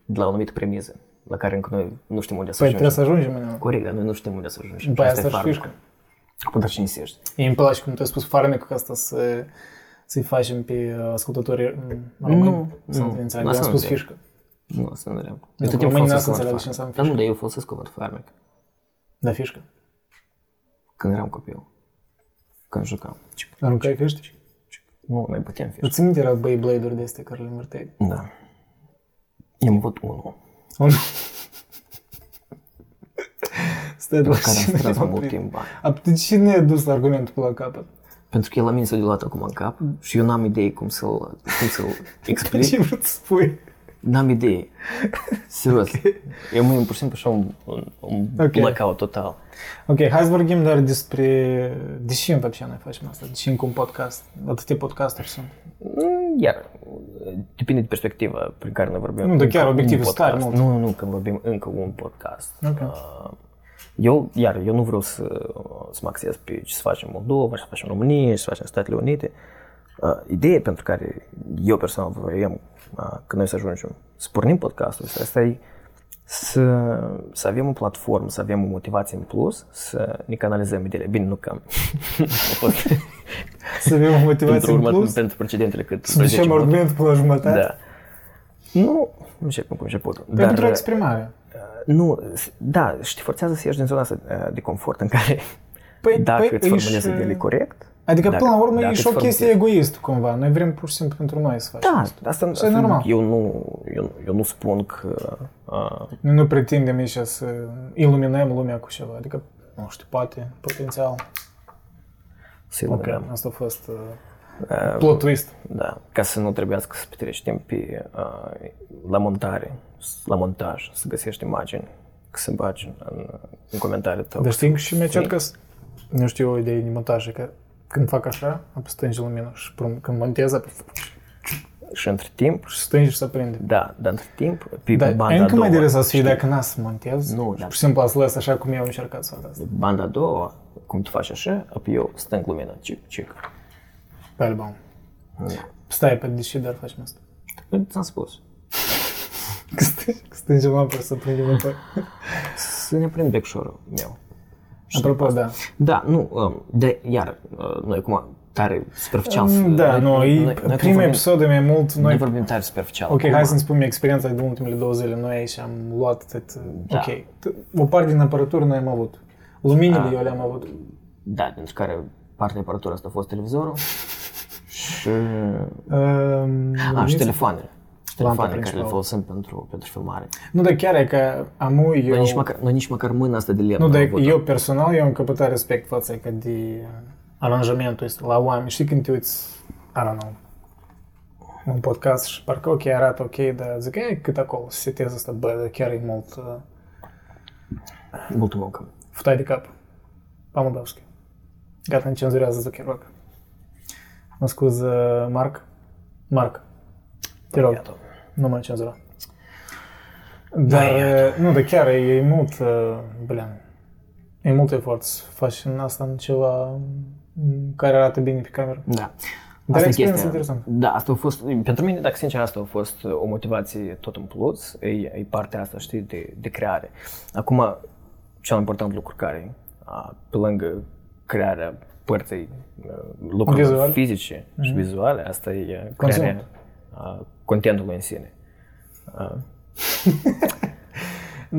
Speaker 2: de la o anumită premiză, la care încă noi nu știm unde să
Speaker 1: Păi trebuie
Speaker 2: ajungem.
Speaker 1: să ajungem în
Speaker 2: Corect, dar noi nu știm unde să ajungem.
Speaker 1: Păi
Speaker 2: Și
Speaker 1: asta
Speaker 2: e
Speaker 1: și
Speaker 2: farmecul.
Speaker 1: fișca.
Speaker 2: Acum dar cine ești?
Speaker 1: Ei, îmi place cum tu ai spus farmecul asta să să-i facem pe uh, ascultătorii mm, români
Speaker 2: Nu,
Speaker 1: să
Speaker 2: nu.
Speaker 1: înțeleagă.
Speaker 2: Lasă-mă
Speaker 1: Am spus
Speaker 2: înțeleg.
Speaker 1: fișcă.
Speaker 2: Nu, să nu înțeleg.
Speaker 1: Deci
Speaker 2: tot timpul
Speaker 1: românii n-au
Speaker 2: folosesc
Speaker 1: să înțeleagă
Speaker 2: cuvântul
Speaker 1: ce înseamnă
Speaker 2: farmec. Dar nu, dar eu folosesc cuvântul farmec.
Speaker 1: Da, fișcă.
Speaker 2: Când eram copil. Când jucam. Cic,
Speaker 1: Aruncai căști?
Speaker 2: Nu mai putem fi.
Speaker 1: Îți ții minte erau Beyblade-uri de astea care le mărteai?
Speaker 2: Da. Eu am avut unul.
Speaker 1: Un... Stai de
Speaker 2: Pe care am
Speaker 1: cine
Speaker 2: strâns
Speaker 1: a
Speaker 2: mai mult
Speaker 1: oprit?
Speaker 2: timp bani.
Speaker 1: A, de ce ne-ai dus argumentul până la capăt?
Speaker 2: Pentru că el la mine s-a diluat acum în cap și eu n-am idei cum să-l, cum să-l explic.
Speaker 1: Păi Ce vrei să spui?
Speaker 2: N-am idee. Serios. Eu mă pur și simplu așa un, un, un
Speaker 1: Ok.
Speaker 2: blackout total.
Speaker 1: Ok, hai să vorbim doar despre... De ce în fapt noi facem asta? De ce încă un podcast? Atâtea podcasturi sunt.
Speaker 2: Mm, Iar, depinde de perspectiva prin care noi vorbim.
Speaker 1: Nu, dar
Speaker 2: Încă
Speaker 1: chiar
Speaker 2: un
Speaker 1: obiectivul
Speaker 2: podcast.
Speaker 1: stare mult.
Speaker 2: Nu, nu, nu, când vorbim încă un podcast.
Speaker 1: Ok.
Speaker 2: Uh, Eu, iar, eu nu vreau să, să mă axez pe ce să facem în Moldova, ce să facem în România, ce să facem în Statele Unite. Uh, Ideea pentru care eu personal voiam uh, când noi să ajungem să pornim podcastul ăsta, asta e să, să avem o platformă, să avem o motivație în plus, să ne canalizăm ideile. Bine, nu că am a fost
Speaker 1: Să avem o motivație
Speaker 2: pentru,
Speaker 1: în
Speaker 2: urmă,
Speaker 1: plus.
Speaker 2: pentru precedentele cât
Speaker 1: Să ducem
Speaker 2: 10 minute.
Speaker 1: argumentul până la jumătate.
Speaker 2: Da. Nu, nu știu cum început.
Speaker 1: Pentru
Speaker 2: dar, uh,
Speaker 1: exprimare.
Speaker 2: nu, s- da, și te forțează să ieși din zona asta uh, de confort în care
Speaker 1: Păi-
Speaker 2: dacă
Speaker 1: păi
Speaker 2: îți
Speaker 1: ești,
Speaker 2: formulezi
Speaker 1: uh,
Speaker 2: ideile corect,
Speaker 1: Adică,
Speaker 2: dacă-
Speaker 1: până la urmă,
Speaker 2: dacă
Speaker 1: e
Speaker 2: îți
Speaker 1: și o
Speaker 2: formulezi-
Speaker 1: chestie egoistă, cumva. Noi vrem pur și simplu pentru noi să facem.
Speaker 2: da, asta, asta,
Speaker 1: Și e normal.
Speaker 2: eu, nu, eu, eu nu spun că uh,
Speaker 1: Noi nu pretindem aici să iluminăm lumea cu ceva. Adică, nu știu, poate, potențial.
Speaker 2: să
Speaker 1: Ok,
Speaker 2: okay.
Speaker 1: asta a fost uh, plot twist.
Speaker 2: Uh, da, ca să nu trebuiască să petreci timp pe, uh, la montare, s- la montaj, să găsești imagini, să bagi în, în comentariul tău.
Speaker 1: Dar Deci știi și mi-a că nu știu o idee de montaj, e că când fac așa, apoi stânge lumina și prum- când montez, apoi
Speaker 2: și între timp,
Speaker 1: și stânge și se prinde.
Speaker 2: da, dar între timp, pe
Speaker 1: Dar
Speaker 2: banda
Speaker 1: e
Speaker 2: a
Speaker 1: încă
Speaker 2: doua,
Speaker 1: mai interesat să fie dacă n-a să montez,
Speaker 2: Nu,
Speaker 1: și
Speaker 2: da.
Speaker 1: pur și simplu să lăs așa cum eu am încercat să fac asta.
Speaker 2: Banda a doua, cum tu faci așa, apoi eu stâng lumina, cic, cic.
Speaker 1: Pe album.
Speaker 2: Da.
Speaker 1: Stai, pe deși dar facem asta.
Speaker 2: Ți-am spus.
Speaker 1: Că stânge- că Stângem apă și să prindem apă.
Speaker 2: Să ne prind becșorul meu.
Speaker 1: Apropo, da.
Speaker 2: Da, nu, um, de, iar, uh, noi acum tare superficial. să-
Speaker 1: Da, noi,
Speaker 2: noi, noi, noi,
Speaker 1: primul
Speaker 2: vorbim,
Speaker 1: episod e mai mult,
Speaker 2: noi
Speaker 1: noi
Speaker 2: vorbim tare superficial.
Speaker 1: Ok,
Speaker 2: acum.
Speaker 1: hai să-mi spun experiența din ultimele două zile. Noi aici am luat atât...
Speaker 2: Da.
Speaker 1: Ok. T- O parte din aparatură noi am avut. Luminile eu le-am avut. Ehm,
Speaker 2: Da, pentru care partea de aparatură asta a fost televizorul și,
Speaker 1: Um,
Speaker 2: a, Ah, și telefoanele. Și telefoanele care le
Speaker 1: principală.
Speaker 2: folosim pentru, pentru filmare.
Speaker 1: nu, dar chiar e că amu
Speaker 2: Noi
Speaker 1: eu...
Speaker 2: nici, măcar, noi nici măcar mâna asta de lemn
Speaker 1: Nu,
Speaker 2: n-am
Speaker 1: dar
Speaker 2: avut-o.
Speaker 1: eu personal eu am căpătat respect față că de aranjamentul ăsta la oameni. Știi când te uiți, I don't know, un podcast și parcă ok, arată ok, dar zic, e cât acolo, setez asta, bă, dar chiar e mult uh,
Speaker 2: Mult muncă.
Speaker 1: futai de cap. Pamudovski. Gata, ne cenzurează Zuckerberg. Mă scuz, uh, Marc. Marc, te rog,
Speaker 2: Iată.
Speaker 1: nu mă cenzura. Dar, uh, nu, dar chiar e, e mult, uh, blean, e mult efort să faci în asta în ceva mm, care arată bine pe cameră.
Speaker 2: Da.
Speaker 1: Dar
Speaker 2: e
Speaker 1: experiență
Speaker 2: chestia.
Speaker 1: interesantă.
Speaker 2: Da, asta a fost, pentru mine, dacă sincer, asta a fost o motivație tot în plus, e, e partea asta, știi, de, de creare. Acum, cel mai important lucru care, a, pe lângă crearea părții a, lucrurilor
Speaker 1: Vizual. Mhm.
Speaker 2: fizice și vizuale, asta e a,
Speaker 1: Conținut.
Speaker 2: crearea a, contentului în sine. Uh,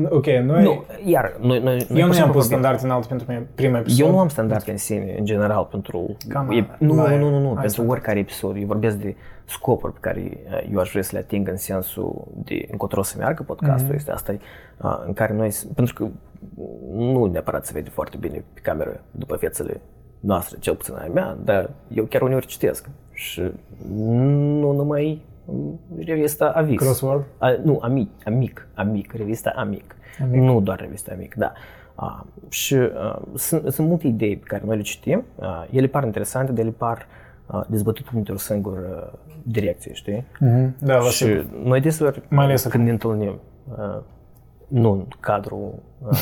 Speaker 1: Ok, noi,
Speaker 2: Nu, iar, noi, noi, noi
Speaker 1: eu
Speaker 2: pur
Speaker 1: nu
Speaker 2: și
Speaker 1: am
Speaker 2: simplu
Speaker 1: pus
Speaker 2: vorbim-
Speaker 1: standarde înalte pentru mine, primul episod.
Speaker 2: Eu nu am standarde în sine, în general, pentru...
Speaker 1: Cam
Speaker 2: e, nu,
Speaker 1: la-
Speaker 2: nu, nu, nu,
Speaker 1: hai
Speaker 2: pentru
Speaker 1: să-
Speaker 2: oricare episod. Eu vorbesc de scopuri pe care uh, eu aș vrea să le ating în sensul de încotro să meargă
Speaker 1: Mhm.
Speaker 2: podcastul. Mm-hmm. Este asta e, uh, în care noi... s- Pentru că nu neapărat se vede foarte bine pe cameră după fețele noastre, cel puțin a mea, dar eu chiar uneori citesc și nu numai mm, revista Avis.
Speaker 1: Crossword?
Speaker 2: A, nu, Amic, Amic, Amic, revista Amic.
Speaker 1: Mm. Mm-hmm.
Speaker 2: Amic. Nu doar revista Amic, da. A, și a, sunt, sunt multe idei pe care noi le citim, a, ele par interesante, dar ele par a, dezbătute într-o singură a, direcție, știi?
Speaker 1: Mhm, Da, la și...
Speaker 2: Și noi deseori,
Speaker 1: Mai ales
Speaker 2: când ne întâlnim, a, nu în cadrul a,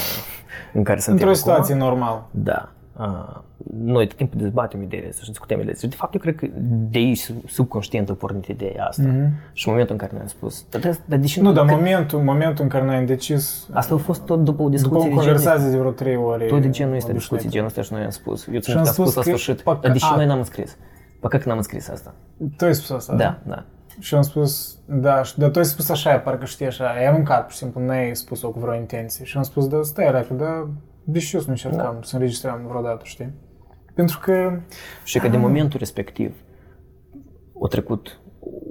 Speaker 2: în care suntem
Speaker 1: Într-o
Speaker 2: acum,
Speaker 1: situație normală.
Speaker 2: da. A, noi tot timpul dezbatem ideile astea și discutăm ideile astea. De fapt, eu cred că de aici sub- subconștient a pornit ideea asta. Mm-hmm. Și în momentul în care ne-am spus, dar, dar, dar de ce
Speaker 1: Mhm. Nu, dar momentul, momentul în care noi am decis,
Speaker 2: Asta a fost tot după
Speaker 1: după o
Speaker 2: o discuție de genul
Speaker 1: conversație de vreo trei ore.
Speaker 2: Tot de genul este
Speaker 1: obișnuită.
Speaker 2: discuție genul ăsta și noi am spus. Eu ți-am
Speaker 1: am
Speaker 2: spus,
Speaker 1: spus
Speaker 2: spus la
Speaker 1: că-
Speaker 2: sfârșit,
Speaker 1: păcă-
Speaker 2: dar de ce
Speaker 1: a.
Speaker 2: noi n-am înscris? Păcat că n-am înscris asta.
Speaker 1: Tu ai spus asta?
Speaker 2: Da, da.
Speaker 1: Și am spus, da, și de tu ai spus așa, parcă știi așa, ai aruncat, pur și simplu, n-ai spus-o cu vreo intenție. Și am spus, da, stai, dacă, da, de ce eu să nu încercam, da. să înregistram vreodată, știi? Pentru că
Speaker 2: Și că de momentul respectiv a trecut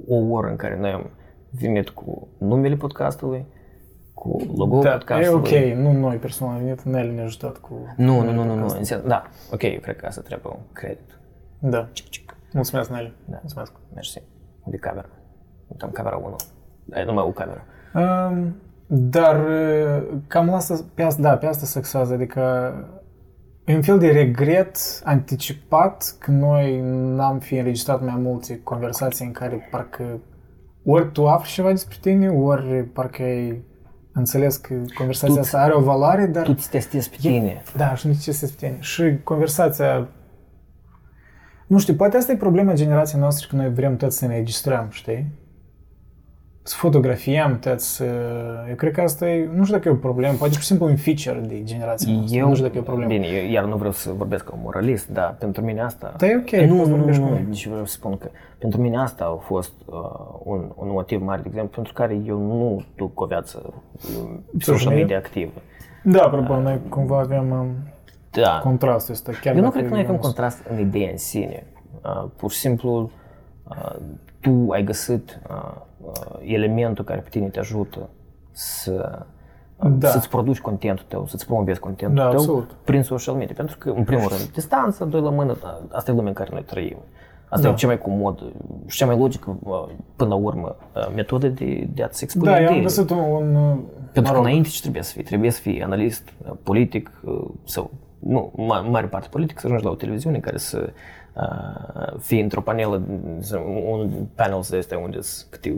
Speaker 2: o oră în care noi am venit cu numele podcastului, cu logo-ul
Speaker 1: Da, e
Speaker 2: podcastului.
Speaker 1: ok, nu noi personal am venit, Nel ne-a ajutat cu...
Speaker 2: Nu, nu, nu, nu, nu, în sens- da, ok, eu cred că asta trebuie un credit.
Speaker 1: Da,
Speaker 2: Cic, cic.
Speaker 1: mulțumesc, Nel.
Speaker 2: Da, mulțumesc, mersi. De camera. Uitam camera 1. Ai numai o cameră.
Speaker 1: Um, dar uh, cam la asta, pe asta, da, pe asta se axează, adică e un fel de regret anticipat că noi n-am fi înregistrat mai multe conversații în care parcă ori tu afli ceva despre tine, ori parcă ai înțeles că conversația
Speaker 2: Tu-
Speaker 1: asta are o valoare, dar...
Speaker 2: Tu îți testezi pe tine.
Speaker 1: Da, și nu știi ce se spune. Și conversația... Nu știu, poate asta e problema generației noastre, că noi vrem tot să ne registrăm, știi? Să fotografiem, tot să... Eu cred că asta e... Nu știu dacă e o problemă, poate pur și simplu un feature de generația noastră.
Speaker 2: Eu,
Speaker 1: Nu știu dacă e o problemă.
Speaker 2: Bine, eu iar nu vreau să vorbesc ca un moralist, dar pentru mine asta...
Speaker 1: Dar e ok,
Speaker 2: nu,
Speaker 1: poți
Speaker 2: nu,
Speaker 1: vorbești cu
Speaker 2: nu,
Speaker 1: mine.
Speaker 2: deci vreau să spun că pentru mine asta a fost uh, un, un motiv mare, de exemplu, pentru care eu nu duc o viață um, social
Speaker 1: media?
Speaker 2: media activă.
Speaker 1: Da, probabil, noi cumva avem um,
Speaker 2: Da,
Speaker 1: contrastul ăsta. Chiar
Speaker 2: Eu nu
Speaker 1: dacă
Speaker 2: cred că noi
Speaker 1: avem
Speaker 2: avem contrast în idee în sine. Uh, Pur și simplu, uh, tu ai găsit uh, uh, elementul care pe tine te ajută să,
Speaker 1: Da.
Speaker 2: da. să-ți produci contentul tău, să-ți promovezi contentul
Speaker 1: Da,
Speaker 2: tău
Speaker 1: absolut.
Speaker 2: prin social media. Pentru că, în primul rând, distanța, doi la mână, a- asta e lumea în care noi trăim. Asta
Speaker 1: Da.
Speaker 2: e cea mai comodă și cea mai logică, uh, până la urmă, uh, metodă de, de a-ți expune
Speaker 1: Da, eu am
Speaker 2: ideile.
Speaker 1: găsit un... un
Speaker 2: Pentru că înainte ce trebuie să fii? Trebuie să fii analist uh, politic uh, sau, nu, ma- mare parte politic, să ajungi la o televiziune în care să uh, fii într-o panelă, să- un panel de este unde sunt câte 8-9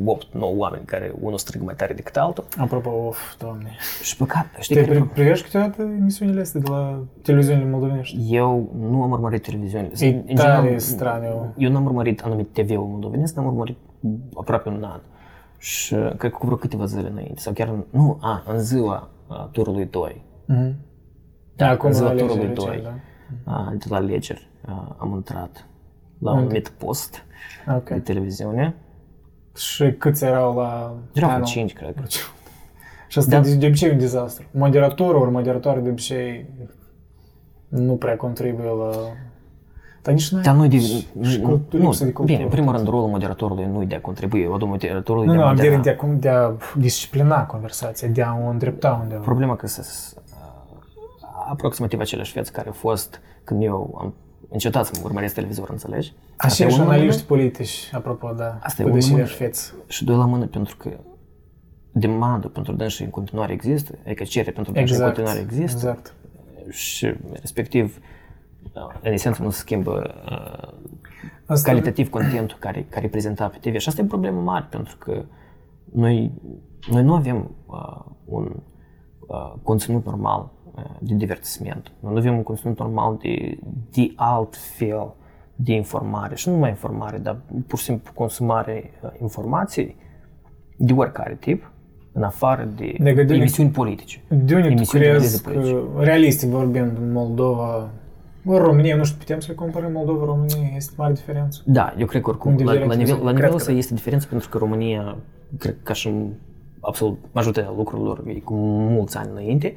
Speaker 2: oameni care unul strigă mai tare decât altul
Speaker 1: Apropo, of, doamne.
Speaker 2: și păcat, știi,
Speaker 1: Te
Speaker 2: cred că
Speaker 1: pri- privești câteodată emisiunile astea de la televiziunile moldovenești?
Speaker 2: eu nu am urmărit televiziune.
Speaker 1: E
Speaker 2: În
Speaker 1: tare
Speaker 2: general,
Speaker 1: straniu.
Speaker 2: Eu n-am urmărit anumit TV-ul moldovenesc, n-am urmărit aproape un an. Și uh, cred că cu vreo câteva zile înainte, sau chiar, în- nu, a, în ziua uh, turului 2,
Speaker 1: Mhm. Da, acum
Speaker 2: în ziua
Speaker 1: la alegeri
Speaker 2: turului
Speaker 1: recent,
Speaker 2: 2.
Speaker 1: da.
Speaker 2: a, de la alegeri a, am intrat la un anumit post
Speaker 1: Ok.
Speaker 2: de televiziune.
Speaker 1: Și câți erau la
Speaker 2: Erau Da. vreo
Speaker 1: anul?
Speaker 2: 5, cred.
Speaker 1: Și asta de, de obicei e un dezastru. Moderatorul, ori moderatoare de obicei nu prea contribuie la... Dar nici n-ai...
Speaker 2: Dar nu de...
Speaker 1: și
Speaker 2: Nu,
Speaker 1: cultură,
Speaker 2: nu,
Speaker 1: lipsă de cultură.
Speaker 2: bine, în primul rând, rolul moderatorului nu e de a contribui, rolul moderatorului
Speaker 1: nu,
Speaker 2: e
Speaker 1: nu,
Speaker 2: de a
Speaker 1: am de,
Speaker 2: modera.
Speaker 1: de, acum de a disciplina conversația, de a o îndrepta undeva.
Speaker 2: Problema că sunt aproximativ aceleași vieți care au fost când eu am încetat să mă urmăresc televizor, înțelegi? Asta e
Speaker 1: Așa și
Speaker 2: unul la mână.
Speaker 1: analiști politici, apropo, da.
Speaker 2: Asta e
Speaker 1: cu
Speaker 2: unul la mână.
Speaker 1: deși feți.
Speaker 2: Și doi la mână pentru că demandul pentru dânsii în continuare există, adică cererea pentru dânsii în
Speaker 1: Exact.
Speaker 2: continuare există.
Speaker 1: Exact.
Speaker 2: și respectiv în esență nu se schimbă uh,
Speaker 1: Asta,
Speaker 2: calitativ contentul care, care e prezentat pe TV și asta e o problemă mare pentru că noi, noi nu avem uh, un uh, conținut normal uh, de divertisment, noi nu avem un conținut normal de, de alt fel de informare și nu numai informare, dar pur și simplu consumare uh, informației de oricare tip, în afară de,
Speaker 1: De gândire-
Speaker 2: emisiuni politice.
Speaker 1: De unii tu
Speaker 2: emisiuni de
Speaker 1: crezi
Speaker 2: televiziune
Speaker 1: că, realistic vorbind, Moldova, ori România, nu știu, putem să le comparăm Moldova-România, este mare diferență.
Speaker 2: Da, eu cred că oricum
Speaker 1: Punct de
Speaker 2: la,
Speaker 1: vedere
Speaker 2: la, nivel, la
Speaker 1: cred
Speaker 2: nivelul
Speaker 1: că
Speaker 2: ăsta
Speaker 1: da.
Speaker 2: este diferență pentru că România, cred că ca și în absolut majoritatea lucrurilor e cu mulți ani înainte,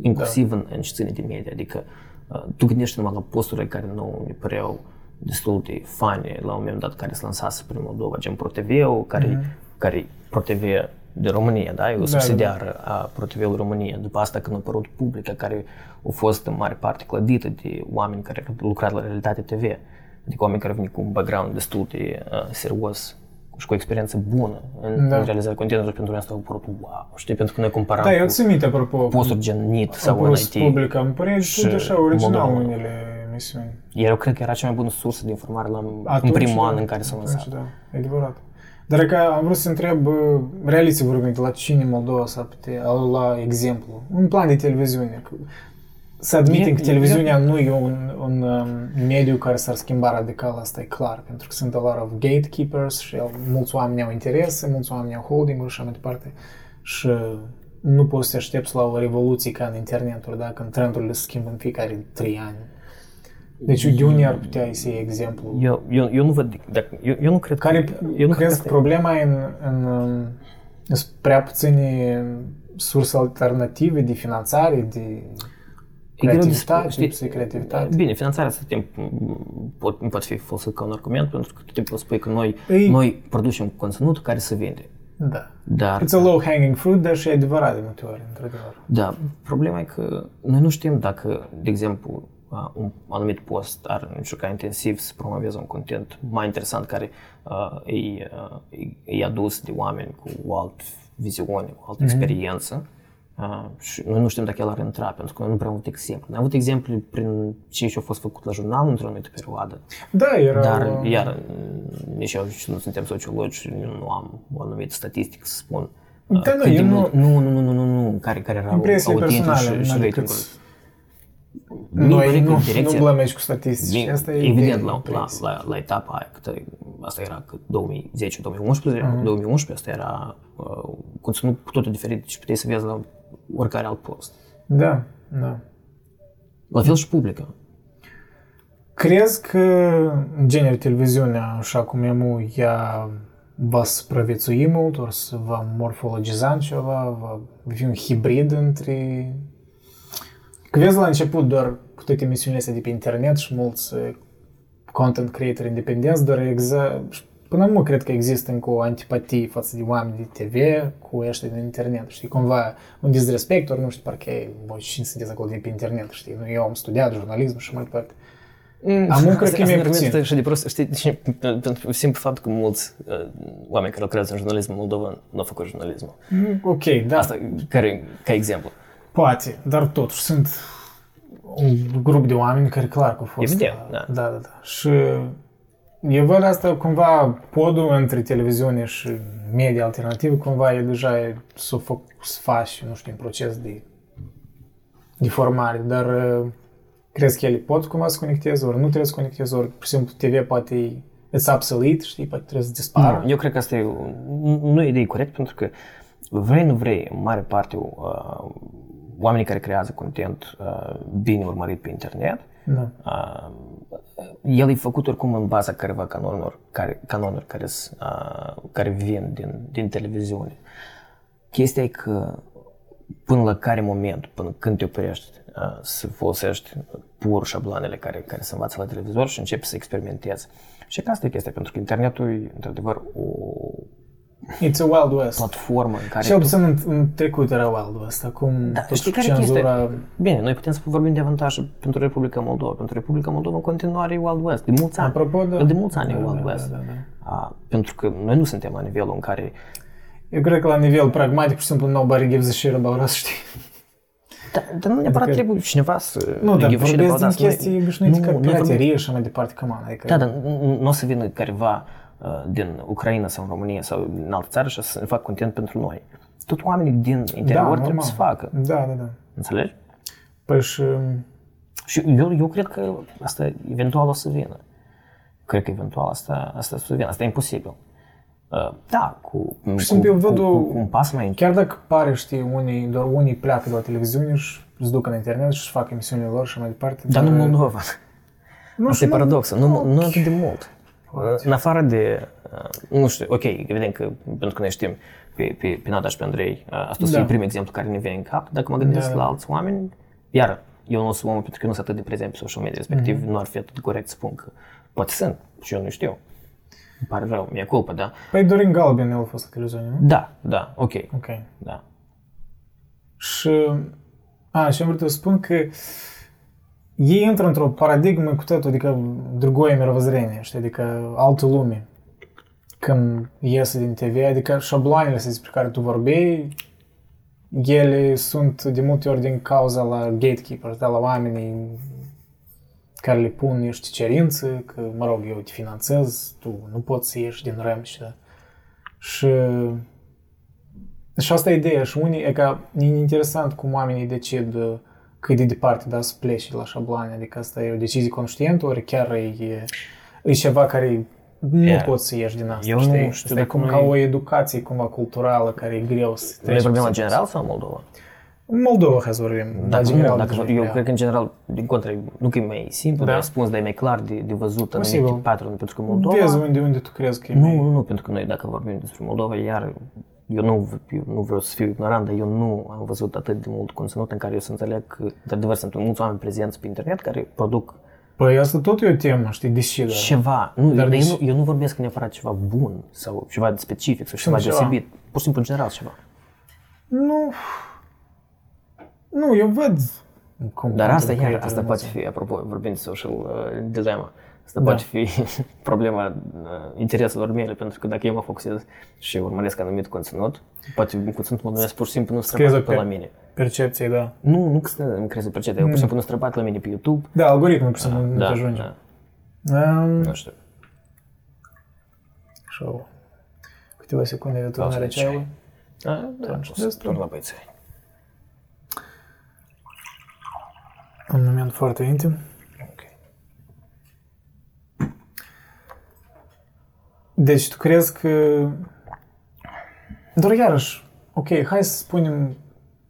Speaker 2: inclusiv da. în, în ce ține de media, adică uh, tu gândești numai la posturile care nu mi păreau destul de fane la un moment dat care se lansase prin Moldova, gen ProTV, care, mm-hmm. care ProTV de România, da? E o subsidiară a ProTV-ului România. După asta când a apărut publica care a fost în mare parte clădită de oameni care au lucrat la Realitate TV, adică oameni care au venit cu un background destul de uh, serios și cu o experiență bună în,
Speaker 1: Da.
Speaker 2: da. în realizarea conținutului pentru noi asta a apărut wow, știi, pentru că noi comparam
Speaker 1: Da, eu
Speaker 2: cu
Speaker 1: țin minte, apropo,
Speaker 2: posturi gen NIT sau în
Speaker 1: Rus
Speaker 2: IT.
Speaker 1: publică, îmi pare
Speaker 2: și
Speaker 1: și așa original
Speaker 2: Moldova.
Speaker 1: unele emisiuni.
Speaker 2: Iar eu cred că era cea mai bună sursă de informare la, în
Speaker 1: Atunci,
Speaker 2: primul
Speaker 1: da,
Speaker 2: an în care s-a lansat.
Speaker 1: Atunci, da, e adevărat. Dar că am vrut să întreb, uh, realist vorbind, la cine Moldova s-ar putea lua exemplu? Un plan de televiziune. că- Să admitem
Speaker 2: E-
Speaker 1: că
Speaker 2: e-
Speaker 1: televiziunea nu e un, un um, mediu care s-ar schimba radical, asta e clar, pentru că sunt a lot of gatekeepers și au- mulți oameni au interese, mulți oameni au holding-uri și așa mai departe. Și nu poți să te aștepți la o revoluție ca în internetul, da? când trendurile se schimbă în fiecare trei ani. Deci Udine ar putea să iei exemplu.
Speaker 2: Eu, eu, eu nu văd, dacă, eu, eu nu cred
Speaker 1: da. Care,
Speaker 2: că... Eu nu cred că
Speaker 1: crezi
Speaker 2: asta
Speaker 1: că
Speaker 2: e.
Speaker 1: problema e în, în, um, sunt prea puține surse alternative de finanțare, de
Speaker 2: E greu de spus,
Speaker 1: creativitate,
Speaker 2: știi?
Speaker 1: lipsă de creativitate.
Speaker 2: Da, Bine, finanțarea asta timp pot, pot fi folosită ca un argument pentru că tot timpul spui că noi,
Speaker 1: Ei-
Speaker 2: noi producem conținut care se vinde.
Speaker 1: Da.
Speaker 2: Dar,
Speaker 1: It's a low hanging fruit, dar și e adevărat de multe ori, într-adevăr.
Speaker 2: da, problema e că noi nu știm dacă, de exemplu, a, un anumit post are încerca intensiv să promoveze un content mai interesant care uh, e, uh, e, e adus de oameni cu o altă viziune, cu o altă mm-hmm. experiență. Uh, și noi nu știm dacă el ar intra, pentru că noi nu prea am avut exemple. Noi am avut exemple prin ce și-a fost făcut la jurnal într-o anumită perioadă.
Speaker 1: Da, era...
Speaker 2: Dar,
Speaker 1: um,
Speaker 2: iar, mm, nici eu și nu suntem sociologi, și nu am o anumită statistică să spun.
Speaker 1: Da,
Speaker 2: uh,
Speaker 1: da,
Speaker 2: cât de
Speaker 1: eu
Speaker 2: mult- nu, nu, nu, nu, nu, care, care erau
Speaker 1: impresii
Speaker 2: audientul
Speaker 1: personale,
Speaker 2: și, și
Speaker 1: nu decât
Speaker 2: ratingul. Nu
Speaker 1: noi
Speaker 2: cred că
Speaker 1: nu,
Speaker 2: în direcția-
Speaker 1: nu blamești cu statistici.
Speaker 2: Din-
Speaker 1: Asta e
Speaker 2: Evident,
Speaker 1: de
Speaker 2: la, la,
Speaker 1: impresie.
Speaker 2: la, la etapa aia, cât, asta era cât 2010, 2011,
Speaker 1: Mhm.
Speaker 2: uh-huh. 2011, asta era uh, conținut cu totul diferit și puteai să vezi la oricare alt post.
Speaker 1: Da, da.
Speaker 2: La
Speaker 1: Mhm.
Speaker 2: fel și publică.
Speaker 1: Crezi că, în genere, televiziunea, așa cum e mu, ea va supraviețui mult, ori să va morfologiza în ceva, va fi un hibrid între... Că vezi la început doar cu toate emisiunile astea de pe internet și mulți eh, content creator independenți, doar exact... și Până acum cred că există încă o antipatie față de oameni de TV cu ăștia din internet, știi, cumva un disrespect, ori nu știu, parcă, ei, voi cine sunteți acolo de pe internet, știi, nu, eu am studiat jurnalism și mai departe. Am un cred că e mai puțin.
Speaker 2: Asta și de prost, știi, și pentru simplu fapt că mulți uh, oameni care lucrează în jurnalism în Moldova nu au făcut jurnalismul.
Speaker 1: Ok, da,
Speaker 2: Asta care, ca exemplu.
Speaker 1: Poate, dar totuși sunt un grup de oameni care clar că au fost.
Speaker 2: Evident,
Speaker 1: uh,
Speaker 2: da.
Speaker 1: Da, da, da. Și eu văd asta cumva podul între televiziune și media alternativ, cumva e deja e să fac, să faci, nu știu, un proces de, de formare, dar uh, crezi că ele pot cumva să conecteze, ori nu trebuie să conecteze, ori, pur și simplu, TV poate e it's obsolete, știi, poate trebuie să dispară.
Speaker 2: Eu cred că asta e, nu- nu e idee corect pentru că vrei, nu vrei, în mare parte, uh, oamenii care creează content uh, bine urmărit pe internet,
Speaker 1: Da.
Speaker 2: uh, el e făcut oricum în baza careva canonuri care, canonuri care, s- uh, care vin din, din televiziune. Chestia e că până la care moment, până când te oprești uh, să folosești pur șabloanele care, care se învață la televizor și începi să experimentezi. Și că asta e chestia, pentru că internetul e într-adevăr o
Speaker 1: It's a Wild West.
Speaker 2: platformă în care
Speaker 1: Și obțin în, în trecut era Wild West, acum da,
Speaker 2: știi care e
Speaker 1: cenzura...
Speaker 2: Bine, noi putem să vorbim de avantaje pentru Republica Moldova. Pentru Republica Moldova în continuare e Wild West. De mulți ani.
Speaker 1: Da. Apropo de...
Speaker 2: de mulți ani e
Speaker 1: Da,
Speaker 2: Wild
Speaker 1: da,
Speaker 2: West.
Speaker 1: Da, da, da.
Speaker 2: A, pentru că noi nu suntem la nivelul în care...
Speaker 1: Eu cred că la nivel pragmatic, pur și simplu, nobody gives a shit about us, știi?
Speaker 2: Dar dar nu neapărat
Speaker 1: Adică-
Speaker 2: trebuie cineva să...
Speaker 1: Nu, dar
Speaker 2: e vârșit de
Speaker 1: vorbesc
Speaker 2: balda,
Speaker 1: din
Speaker 2: să noi-
Speaker 1: chestii obișnuite
Speaker 2: Nu,
Speaker 1: ca
Speaker 2: noi vorbim-
Speaker 1: piraterie și mai departe, come on, adică...
Speaker 2: Da, dar nu nu o să vină careva uh, din Ucraina sau în România sau din altă țară și să fac content pentru noi. Tot oamenii din interior
Speaker 1: normal.
Speaker 2: trebuie să facă.
Speaker 1: Da, da, da.
Speaker 2: Înțelegi?
Speaker 1: Păi și...
Speaker 2: Și eu, eu cred că asta eventual o să vină. Cred că eventual asta, asta o să vină. Asta e imposibil. Uh, Da, cu, cu,
Speaker 1: simplu, eu
Speaker 2: cu,
Speaker 1: văd o-
Speaker 2: cu, cu un pas mai încet.
Speaker 1: Chiar dacă pare, știi, unii, doar unii pleacă de la televiziune și se duc în internet și fac emisiunile lor și mai departe.
Speaker 2: Dar nu în Moldova.
Speaker 1: Nu
Speaker 2: Asta
Speaker 1: știu,
Speaker 2: e
Speaker 1: nu-
Speaker 2: paradoxul. Nu, nu atât de mult. În afară de, uh, nu știu, ok, evident că pentru că noi știm pe, pe, pe Nada și pe Andrei, uh, asta o să
Speaker 1: Da.
Speaker 2: fie primul exemplu care ne vine în cap. Dacă mă gândesc
Speaker 1: Da, da.
Speaker 2: la alți oameni, iar eu nu sunt om pentru că nu sunt atât de prezent pe social media, respectiv
Speaker 1: Mhm.
Speaker 2: nu ar fi atât de corect să spun că poate sunt și eu nu știu. Îmi pare rău, mi-e culpă, da?
Speaker 1: Păi Dorin Galben, el a fost la televiziune, nu?
Speaker 2: Da, da, ok,
Speaker 1: Ok.
Speaker 2: da.
Speaker 1: Și, a, și am vrut să spun că ei intră într-o paradigmă cu totul, adică другое мировоззрение, știi, adică altă lume. Când iese din TV, adică șabloanele astea despre care tu vorbeai, ele sunt de multe ori din cauza la gatekeepers, da, la oamenii care le pun niște cerințe, că, mă rog, eu te finanțez, tu nu poți să ieși din rem și da. Și și asta e ideea și unii, e că e interesant cum oamenii decid uh, cât de departe da, să plece la șabloane, adică asta e o decizie conștientă, ori chiar e, e ceva care nu
Speaker 2: Ia,
Speaker 1: poți să ieși din asta,
Speaker 2: eu nu
Speaker 1: știi?
Speaker 2: știu
Speaker 1: Asta e
Speaker 2: dacă
Speaker 1: cum
Speaker 2: noi-
Speaker 1: ca o educație cumva culturală care e greu să
Speaker 2: Noi
Speaker 1: treci
Speaker 2: vorbim la
Speaker 1: peste.
Speaker 2: general sau în Moldova?
Speaker 1: În Moldova, hai să vorbim.
Speaker 2: Dacă,
Speaker 1: în Da, general,
Speaker 2: dacă,
Speaker 1: despre
Speaker 2: eu
Speaker 1: ea.
Speaker 2: cred că, în general, din contră, nu că e mai simplu
Speaker 1: Da.
Speaker 2: da. de răspuns, dar e mai clar de, de văzut
Speaker 1: Posibil.
Speaker 2: anumite pattern, pentru că Moldova...
Speaker 1: Vezi unde, unde tu crezi că e
Speaker 2: Nu,
Speaker 1: mai-
Speaker 2: nu, nu, pentru că noi dacă vorbim despre Moldova, iar eu nu, eu nu vreau să fiu ignorant, dar eu nu am văzut atât de mult conținut în care eu să înțeleg că, într-adevăr, sunt mulți oameni prezenți pe internet care produc
Speaker 1: Păi asta tot e o temă, știi, deși, da.
Speaker 2: ceva. Nu,
Speaker 1: Dar
Speaker 2: dar eu,
Speaker 1: deci-
Speaker 2: nu, eu nu vorbesc neapărat ceva bun sau ceva de specific sau ceva
Speaker 1: ceva.
Speaker 2: deosebit. Pur și simplu, în general, ceva.
Speaker 1: Nu. Nu, eu văd. Cum
Speaker 2: Dar asta,
Speaker 1: pentru că
Speaker 2: iar,
Speaker 1: e
Speaker 2: asta
Speaker 1: terminat.
Speaker 2: poate fi, apropo, vorbind de social uh, dilemma,
Speaker 1: Da.
Speaker 2: asta poate fi problema uh, intereselor mele, pentru că dacă eu mă focusez și urmăresc anumit conținut, poate conținutul meu pur și simplu nu
Speaker 1: Scrieți
Speaker 2: străbate pe
Speaker 1: pe-
Speaker 2: la mine.
Speaker 1: Percepție, da.
Speaker 2: Nu, nu că stă în creză pe cete, eu pur și simplu nu străbat la mine pe YouTube.
Speaker 1: Da, algoritmul, pur și simplu, Hmm. nu te ajunge.
Speaker 2: da,
Speaker 1: Am,
Speaker 2: nu știu.
Speaker 1: Show. Câteva secunde de
Speaker 2: Lasă
Speaker 1: turnare
Speaker 2: de ceai.
Speaker 1: ceaului.
Speaker 2: A, da, o să
Speaker 1: destul.
Speaker 2: torn la băieții.
Speaker 1: Un moment foarte intim.
Speaker 2: Ok.
Speaker 1: Deci tu crezi că... Doar iarăși, ok, hai să spunem,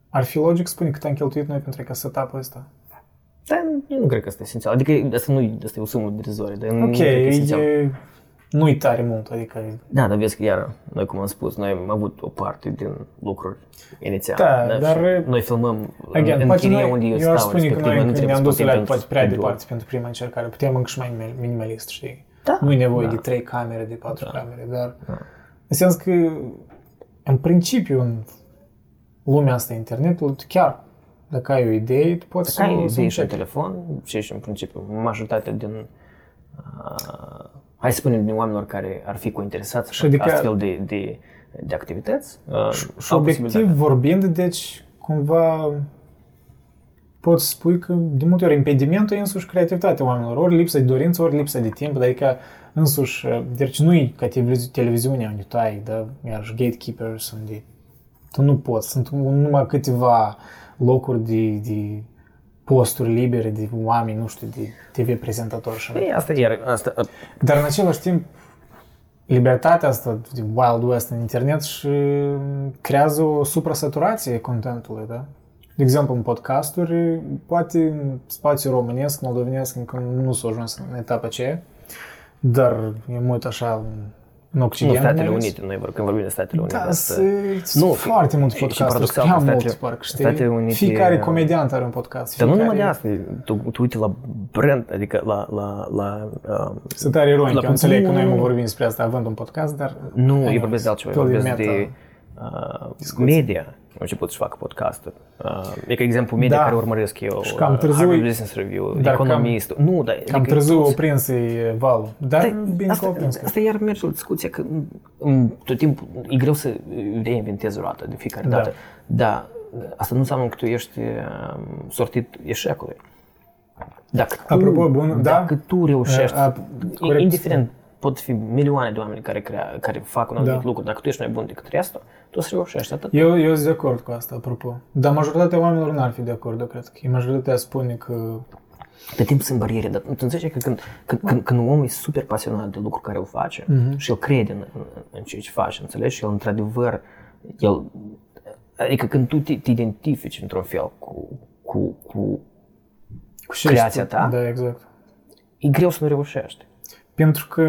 Speaker 1: ar fi logic spune cât am cheltuit noi pentru ca setup-ul ăsta. Da.
Speaker 2: Dar eu nu cred că asta e esențial. Adică asta nu asta e o sumă de rezoare, dar nu
Speaker 1: Ok,
Speaker 2: cred că e esențial.
Speaker 1: e... nu-i tare mult, adică...
Speaker 2: Da, dar vezi că iar, noi cum am spus, noi am avut o parte din lucruri inițial.
Speaker 1: Da, dar-
Speaker 2: Și Noi filmăm uh,
Speaker 1: Again,
Speaker 2: în
Speaker 1: poate
Speaker 2: chirie
Speaker 1: noi,
Speaker 2: unde eu,
Speaker 1: eu aș
Speaker 2: stau,
Speaker 1: spune că
Speaker 2: respectiv
Speaker 1: noi
Speaker 2: nu
Speaker 1: când
Speaker 2: trebuie
Speaker 1: ne-am
Speaker 2: să
Speaker 1: dus
Speaker 2: plătim
Speaker 1: la
Speaker 2: pentru
Speaker 1: poate prea
Speaker 2: studio.
Speaker 1: departe pentru prima încercare, puteam încă și mai minim- minimalist, știi?
Speaker 2: Da,
Speaker 1: Nu e nevoie
Speaker 2: da.
Speaker 1: de trei camere, de patru camere, dar în sens că în principiu în lumea asta internetul, tu chiar dacă ai o idee, tu poți
Speaker 2: Dacă ai
Speaker 1: să, să
Speaker 2: idei și un
Speaker 1: începi.
Speaker 2: telefon, și ești în principiu majoritatea din, uh, hai să spunem, din oamenilor care ar fi cointeresați și
Speaker 1: adică-
Speaker 2: adică, astfel de, de, de activități. Uh,
Speaker 1: Și
Speaker 2: au
Speaker 1: obiectiv
Speaker 2: posibilitatea.
Speaker 1: vorbind, deci cumva poți spui că de multe ori impedimentul e însuși creativitatea oamenilor, ori lipsa de dorință, ori lipsa de timp, adică însuși, deci nu-i ca televizi- televiziunea unde tu ai, da, iarăși gatekeepers unde tu nu poți, sunt numai câteva locuri de, de posturi libere de oameni, nu știu, de TV prezentatori și
Speaker 2: Păi asta iar, asta, uh,
Speaker 1: dar în același timp, libertatea asta de Wild West în internet și mm, creează o suprasaturație a contentului, da? De exemplu, în podcasturi, poate în spațiul românesc, moldovenesc, încă nu s-a ajuns în etapa aceea, dar e mult așa în- în
Speaker 2: nu,
Speaker 1: Occident.
Speaker 2: Statele
Speaker 1: mai ales.
Speaker 2: Unite, noi vor- când vorbim de Statele Unite. uh,
Speaker 1: Da,
Speaker 2: asta-
Speaker 1: sunt
Speaker 2: Nu,
Speaker 1: foarte mulți
Speaker 2: și
Speaker 1: podcasturi,
Speaker 2: paradoxal,
Speaker 1: prea
Speaker 2: că
Speaker 1: mulți,
Speaker 2: Statele-
Speaker 1: parcă,
Speaker 2: Statele
Speaker 1: știi?
Speaker 2: Unite-
Speaker 1: Fiecare comediant are un podcast.
Speaker 2: Dar nu numai de
Speaker 1: fiecare-
Speaker 2: asta, tu, tu uite la brand, adică la, la, la um,
Speaker 1: Sunt tare ironic,
Speaker 2: La
Speaker 1: eu înțeleg că
Speaker 2: conținut,
Speaker 1: noi
Speaker 2: nu,
Speaker 1: mă
Speaker 2: nu.
Speaker 1: vorbim despre asta având un podcast, dar...
Speaker 2: nu,
Speaker 1: Hai,
Speaker 2: eu vorbesc de altceva, eu
Speaker 1: tot din
Speaker 2: vorbesc
Speaker 1: meta.
Speaker 2: de uh, media. Am început să fac podcast. Uh, e ca exemplu media
Speaker 1: Da.
Speaker 2: care urmăresc eu.
Speaker 1: Și cam
Speaker 2: uh,
Speaker 1: târziu-
Speaker 2: Harvard Business Review,
Speaker 1: dar cam-
Speaker 2: Economist. nu, dar
Speaker 1: Cam
Speaker 2: adică
Speaker 1: târziu
Speaker 2: toți-
Speaker 1: au prins e, valul, dar Da? bine că
Speaker 2: asta,
Speaker 1: au prins.
Speaker 2: asta iar merge la discuția că în, tot timpul e greu să reinventezi roata de fiecare
Speaker 1: Da.
Speaker 2: dată. Dar asta nu înseamnă că tu ești um, sortit eșecului. Dacă tu,
Speaker 1: Apropo, bun, da.
Speaker 2: dacă tu reușești,
Speaker 1: A, a, corect.
Speaker 2: indiferent, pot fi milioane de oameni care, crea, care fac un anumit
Speaker 1: Da.
Speaker 2: lucru, dacă tu ești mai bun decât restul, tu o să reușești atât.
Speaker 1: Eu, eu sunt de acord cu asta, apropo. Dar majoritatea oamenilor n-ar fi de acord, eu cred că. Majoritatea spune că...
Speaker 2: Pe timp sunt bariere, dar tu înțelegi că când, când, când, când un om e super pasionat de lucru care îl face mm-hmm. și el crede în, în, în ceea ce face, înțelegi? Și el într-adevăr, el, adică când tu te, te identifici într-un fel cu, cu, cu,
Speaker 1: cu
Speaker 2: creația
Speaker 1: șești-
Speaker 2: ta?
Speaker 1: Da, exact.
Speaker 2: e greu să nu reușești.
Speaker 1: Pentru că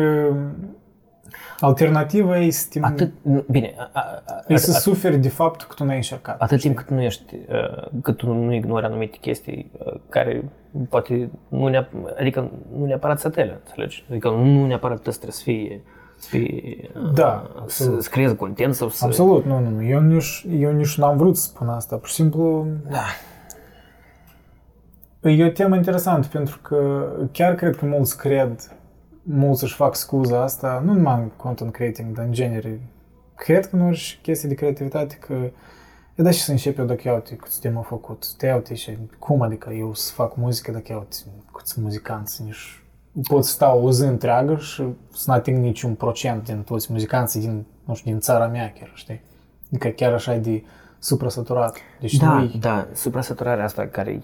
Speaker 1: alternativa e să, te,
Speaker 2: Atât, bine, a, a, a,
Speaker 1: e să suferi de faptul că tu n-ai încercat.
Speaker 2: atât timp cât nu ești, uh, cât tu nu ignori anumite chestii uh, care poate nu, ne, adică nu neapărat să tele, înțelegi? Adică nu neapărat ăsta trebuie să fie, să fie uh,
Speaker 1: Da,
Speaker 2: să, să creezi content sau să...
Speaker 1: Absolut, nu, nu, nu. Eu nici, eu nici n-am vrut să spun asta. Pur și simplu,
Speaker 2: Da.
Speaker 1: E o temă interesantă pentru că chiar cred că mulți cred, mulți își fac scuza asta, nu numai în content creating, dar în genere. Cred că nu și chestii de creativitate că E da și să încep eu dacă iau te câți de m-a făcut. Te iau te și cum adică eu să fac muzică dacă iau te câți muzicanți nici pot sta o zi întreagă și să n-ating niciun procent din toți muzicanții din, nu știu, din țara mea chiar, știi? Adică chiar așa e de suprasaturat. Deci
Speaker 2: Da,
Speaker 1: nu e-
Speaker 2: da, suprasaturarea asta care e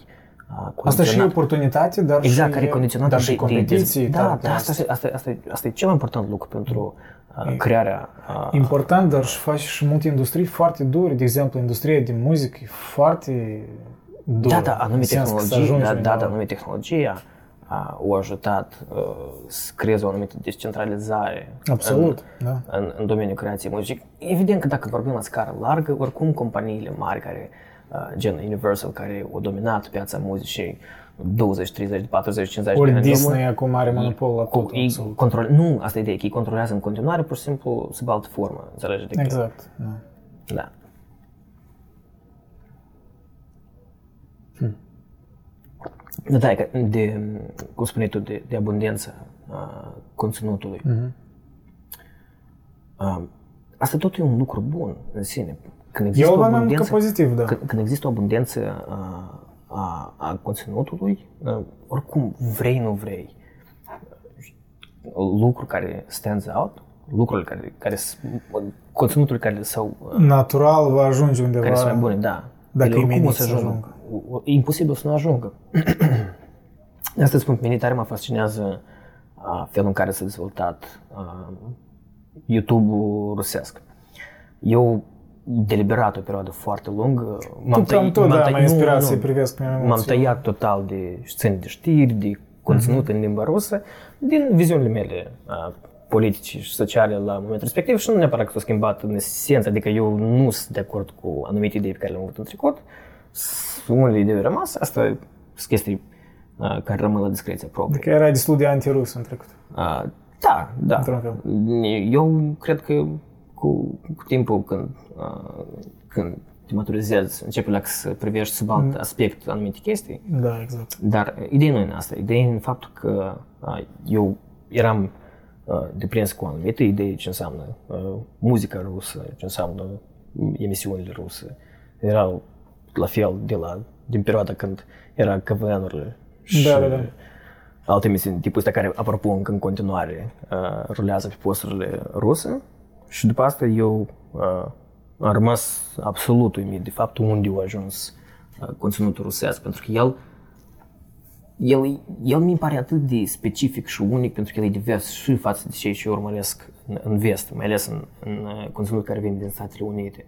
Speaker 1: Asta și e
Speaker 2: condiționat-
Speaker 1: oportunitate, dar
Speaker 2: Exact,
Speaker 1: și,
Speaker 2: care e condiționat
Speaker 1: dar și competiții.
Speaker 2: Da,
Speaker 1: dar-
Speaker 2: da, asta, este- asta, asta, e- asta e cel mai important lucru pentru uh, crearea uh,
Speaker 1: Important, dar și faci și multe industrii foarte dure. De exemplu, industria de muzică e foarte dură.
Speaker 2: Da, da,
Speaker 1: În
Speaker 2: anume
Speaker 1: sens că să
Speaker 2: tehnologie,
Speaker 1: ajungi
Speaker 2: da,
Speaker 1: undeva-
Speaker 2: da, da, anume tehnologia a, o ajutat uh, să creeze o anumită descentralizare
Speaker 1: Absolut,
Speaker 2: Э,
Speaker 1: da.
Speaker 2: în, în domeniul creației muzici. Evident că dacă vorbim la scară largă, oricum companiile mari care, uh, gen Universal, care au dominat piața muzicii 20, 30, 40, 50 de
Speaker 1: Ori
Speaker 2: ani în urmă,
Speaker 1: Disney acum are monopol la
Speaker 2: cu,
Speaker 1: tot.
Speaker 2: ei
Speaker 1: absolut.
Speaker 2: control, nu, asta e ideea, că ei controlează în continuare pur și simplu sub altă formă, înțelegi? Adică,
Speaker 1: Exact, da.
Speaker 2: Da. Hm. Da, da, e că de, cum spuneai tu, de, de abundență a conținutului. A, asta tot e un lucru bun în sine. Când există
Speaker 1: Eu
Speaker 2: o
Speaker 1: l aveam ca
Speaker 2: abundență,
Speaker 1: pozitiv, da.
Speaker 2: când, când există o abundență a, a, a conținutului, a, oricum vrei, nu vrei, lucru care stands out, lucrurile care, care s- conținutul care s-au a,
Speaker 1: Natural va ajunge
Speaker 2: care sunt
Speaker 1: undeva.
Speaker 2: mai bune, da.
Speaker 1: Dacă
Speaker 2: Ele
Speaker 1: e
Speaker 2: oricum
Speaker 1: menit
Speaker 2: o să
Speaker 1: să
Speaker 2: ajungă.
Speaker 1: ajungă.
Speaker 2: O- o- E imposibil să nu ajungă. De asta spun, pe mine tare mă fascinează a, felul în care s-a dezvoltat a, YouTube-ul rusesc. Eu, deliberat, o perioadă foarte lungă, m-am
Speaker 1: Tu cam
Speaker 2: tăiat-
Speaker 1: tot,
Speaker 2: m-am
Speaker 1: da,
Speaker 2: tăiat-
Speaker 1: mai
Speaker 2: nu,
Speaker 1: inspirat
Speaker 2: nu,
Speaker 1: să-i
Speaker 2: nu.
Speaker 1: privesc pe
Speaker 2: M-am
Speaker 1: emoții.
Speaker 2: tăiat total de scene de știri, de conținut în limba rusă, din viziunile mele a, politice și sociale la momentul respectiv și nu neapărat că s-a schimbat în esență, adică eu nu sunt de acord cu anumite idei pe care le-am avut în trecut, S- unele idei au rămas, asta e- sunt chestii a, care rămân la discreția proprie.
Speaker 1: Că era destul de antirus în trecut.
Speaker 2: A, Da, da.
Speaker 1: Într-un fel.
Speaker 2: Eu cred că cu, cu timpul când, a, când te maturizezi, începi la să privești sub alt aspect anumite chestii,
Speaker 1: Da, exact.
Speaker 2: dar ideea nu e în asta. Ideea e în faptul că a, eu eram a, deprins cu anumite idei ce înseamnă a, muzica rusă, ce înseamnă emisiunile ruse. Erau la fel de la, din perioada când era KVN-urile și
Speaker 1: Da, da, da.
Speaker 2: alte emisiuni de tipul ăsta care, apropo, încă în continuare a, rulează pe posturile ruse. Și după asta eu a, am rămas absolut uimit de faptul unde a ajuns a, conținutul rusesc, pentru că el el, el mi pare atât de specific și unic pentru că el e divers și față de cei ce eu urmăresc în, în vest, mai ales în, în uh, conținut care vine din Statele Unite.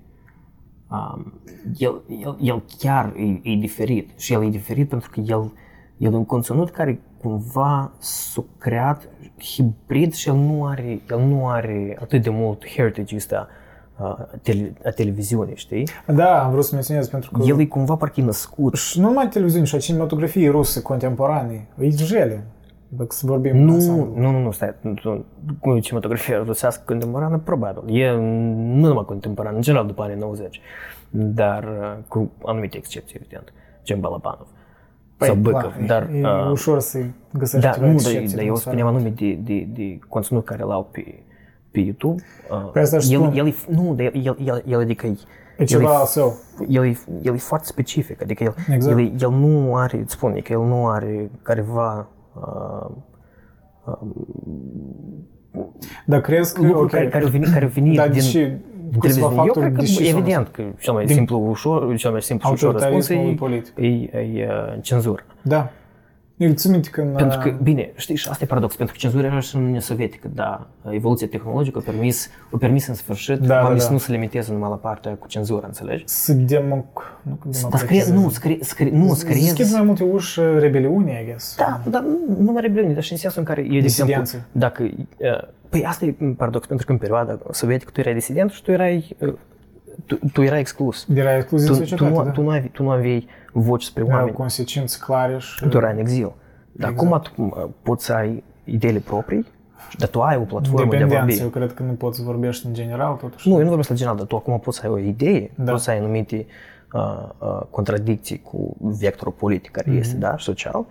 Speaker 2: Um, el, el, el chiar e, e diferit și el e diferit pentru că el, el e un conținut care cumva s-a creat hibrid și el nu are, el nu are atât de mult heritage ăsta uh, a, tele, a televiziunii, știi?
Speaker 1: Da, am vrut să menționez pentru că
Speaker 2: El e cumva parcă e născut.
Speaker 1: Și nu numai televiziune, și a cinematografie rusă contemporane. E jele. Dacă să vorbim în
Speaker 2: Nu,
Speaker 1: ansamblu.
Speaker 2: nu, nu, nu, stai, nu, cu cinematografia rusească contemporană, probabil. E nu numai contemporană, în general după anii 90, dar uh, cu anumite excepții, evident, gen Balabanov
Speaker 1: Păi,
Speaker 2: sau
Speaker 1: clar,
Speaker 2: Băcăv, dar...
Speaker 1: E, e
Speaker 2: uh,
Speaker 1: ușor să-i găsești
Speaker 2: da,
Speaker 1: ceva
Speaker 2: nu, dar,
Speaker 1: excepții
Speaker 2: dar
Speaker 1: din
Speaker 2: eu
Speaker 1: țară.
Speaker 2: spuneam anume de, de, de conținut care l-au pe, pe YouTube. Uh,
Speaker 1: Păi asta își
Speaker 2: el,
Speaker 1: spun.
Speaker 2: el, e- nu, dar el, el, el, el adică e,
Speaker 1: E ceva
Speaker 2: el,
Speaker 1: al său.
Speaker 2: el, e, el e foarte specific, adică el,
Speaker 1: Exact.
Speaker 2: exact. el, el nu are, îți spun, că el nu are careva uh,
Speaker 1: Dar crezi că...
Speaker 2: lucruri
Speaker 1: ok,
Speaker 2: care, care, au venit, care au venit
Speaker 1: Dar
Speaker 2: din,
Speaker 1: și
Speaker 2: din
Speaker 1: câțiva
Speaker 2: televiziune. Eu
Speaker 1: factori
Speaker 2: cred că,
Speaker 1: decizionali.
Speaker 2: evident, că cel mai simplu, ușor, cel mai simplu și ușor răspuns e,
Speaker 1: Autoritarismul
Speaker 2: e,
Speaker 1: politic.
Speaker 2: e, uh, cenzura.
Speaker 1: Da. Eu țin minte că în...
Speaker 2: Pentru că, bine, știi, și asta e paradox, pentru că cenzura era și în Uniunea Sovietică, dar evoluția tehnologică a permis, a permis în sfârșit
Speaker 1: Da, da,
Speaker 2: oamenii
Speaker 1: da.
Speaker 2: să nu se limiteze numai la partea cu cenzura, înțelegi?
Speaker 1: Să democ... Nu, că
Speaker 2: Dar scrie,
Speaker 1: democratizezi.
Speaker 2: nu, scrie, scrie, nu, scrie,
Speaker 1: Deschid mai multe uși uh, rebeliunii, I guess.
Speaker 2: Da, dar nu mai rebeliune, dar și în sensul în care eu, de exemplu,
Speaker 1: Disidență.
Speaker 2: dacă... uh, Păi asta e un paradox, pentru că în perioada sovietică tu erai disident și tu erai, uh, tu, tu erai exclus.
Speaker 1: Era excluziv
Speaker 2: Tu, tu,
Speaker 1: societate,
Speaker 2: nu,
Speaker 1: da.
Speaker 2: tu, nu aveai, tu nu aveai voce spre
Speaker 1: Erau
Speaker 2: oameni,
Speaker 1: consecințe clare și...
Speaker 2: tu erai în exil. Dar acum tu uh, poți să ai ideile proprii, dar tu ai o platformă de a
Speaker 1: Dependență,
Speaker 2: vorbi.
Speaker 1: eu cred că nu poți să vorbești în general, totuși.
Speaker 2: Nu, eu nu vorbesc la general, dar tu acum poți să ai o idee,
Speaker 1: Da.
Speaker 2: poți să ai anumite uh, uh, contradicții cu vectorul politic care
Speaker 1: Mhm.
Speaker 2: mm-hmm. este, da, social,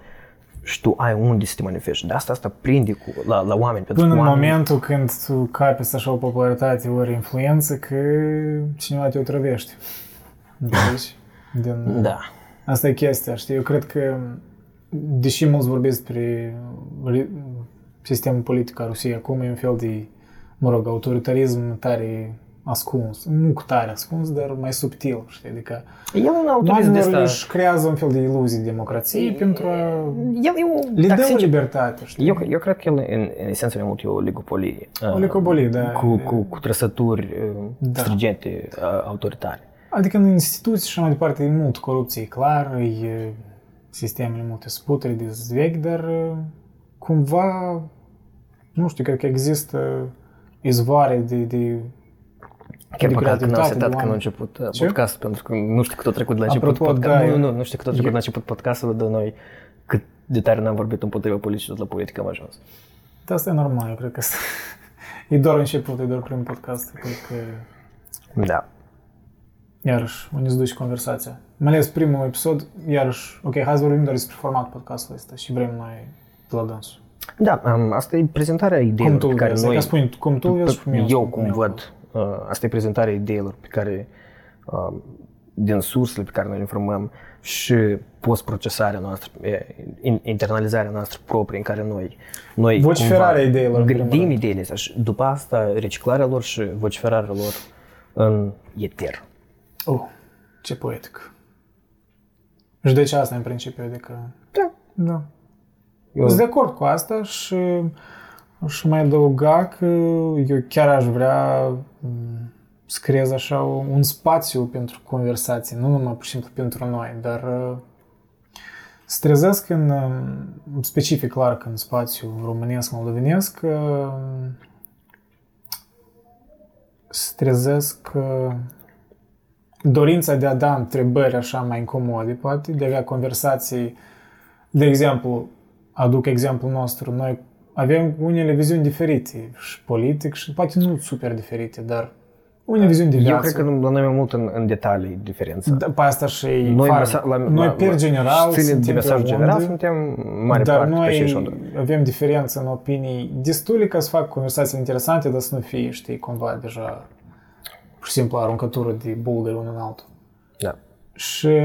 Speaker 2: și tu ai unde să te manifesti. De asta asta prinde cu, la, la oameni, pentru
Speaker 1: Până
Speaker 2: că
Speaker 1: în
Speaker 2: oamenii,
Speaker 1: momentul când tu capeți așa o popularitate ori influență, că cineva te otrăvește. Înțelegi? Din...
Speaker 2: Da.
Speaker 1: Asta e chestia, știi? Eu cred că, deși mulți vorbesc despre re- sistemul politic al Rusiei acum, e un fel de, mă rog, autoritarism tare ascuns, nu cu tare ascuns, dar mai subtil, știi, adică
Speaker 2: E un autorism de
Speaker 1: oamenilor
Speaker 2: ăsta.
Speaker 1: își creează un fel de iluzii democrației pentru a
Speaker 2: Eu, eu,
Speaker 1: le
Speaker 2: dacă
Speaker 1: dă o
Speaker 2: sincer,
Speaker 1: libertate, știi?
Speaker 2: eu, eu cred că el, în, în esență, mai mult e o oligopolie.
Speaker 1: O oligopolie, da.
Speaker 2: Cu, cu, cu trăsături uh,
Speaker 1: Da.
Speaker 2: strigente, uh, autoritare.
Speaker 1: Adică în instituții și așa mai departe e mult corupție, e clar, e sistemele multe sputere de vechi, dar e, cumva, nu știu, cred că există izvoare de, de
Speaker 2: Chiar
Speaker 1: de
Speaker 2: păcat că n-am
Speaker 1: gratuitate de
Speaker 2: setat când a
Speaker 1: oameni.
Speaker 2: început uh,
Speaker 1: Ce?
Speaker 2: podcastul, pentru că nu știu cât a trecut de la început
Speaker 1: Apropo,
Speaker 2: podcastul.
Speaker 1: da, e-
Speaker 2: nu,
Speaker 1: eu-
Speaker 2: nu, nu știu cât a trecut
Speaker 1: eu-
Speaker 2: de la început podcastul de noi, cât de tare n-am vorbit împotriva politicii, tot la politică am ajuns.
Speaker 1: Dar asta e normal, eu cred că asta... E doar început, e doar primul podcast, cred că
Speaker 2: Da.
Speaker 1: iarăși unde îți duci conversația. Mai ales primul episod, iarăși, ok, hai să vorbim doar despre format podcastului ăsta și vrem mai de la dansul.
Speaker 2: Da, um, asta e prezentarea
Speaker 1: Cum
Speaker 2: ideilor
Speaker 1: tu
Speaker 2: pe
Speaker 1: îl
Speaker 2: care
Speaker 1: vezi?
Speaker 2: noi... Păi,
Speaker 1: Adică spune cum tu îl vezi și cum eu
Speaker 2: eu
Speaker 1: spun
Speaker 2: cum văd, uh, asta e prezentarea ideilor pe care, uh, din sursele pe care noi le informăm și post-procesarea noastră, e, in- internalizarea noastră proprie în care noi, noi
Speaker 1: Vociferarea ideilor, în primul
Speaker 2: gândim
Speaker 1: rând.
Speaker 2: ideile astea și după asta reciclarea lor și vociferarea lor în eter.
Speaker 1: Oh, ce poetic. Și deci asta în principiu, adică...
Speaker 2: Da.
Speaker 1: Da.
Speaker 2: Eu-
Speaker 1: Eu... Sunt de acord cu asta și aș mai adăuga că eu chiar aș vrea m, să creez așa un spațiu pentru conversații, nu numai pur și simplu pentru noi, dar uh, să trezesc în, um, specific clar că în spațiu românesc-moldovenesc, uh, să trezesc uh, dorința de a da întrebări așa mai incomode, poate, de a avea conversații, de exemplu, aduc exemplul nostru, noi avem unele viziuni diferite și politic și poate nu super diferite, dar unele viziuni de viață.
Speaker 2: Da, Eu cred că la noi mai mult în, în detalii diferența.
Speaker 1: Da, pe asta și
Speaker 2: Noi,
Speaker 1: noi,
Speaker 2: mesa- la-
Speaker 1: noi
Speaker 2: la-
Speaker 1: per
Speaker 2: la-
Speaker 1: general
Speaker 2: stile de
Speaker 1: suntem
Speaker 2: mesaj
Speaker 1: pe
Speaker 2: general
Speaker 1: unde,
Speaker 2: suntem mare
Speaker 1: dar
Speaker 2: parte pe aceeași
Speaker 1: noi
Speaker 2: undă.
Speaker 1: avem diferențe în opinii destule ca să fac conversații interesante, dar să nu fie, știi, cumva deja pur și simplu aruncătură de bulgări unul în altul.
Speaker 2: Da.
Speaker 1: Și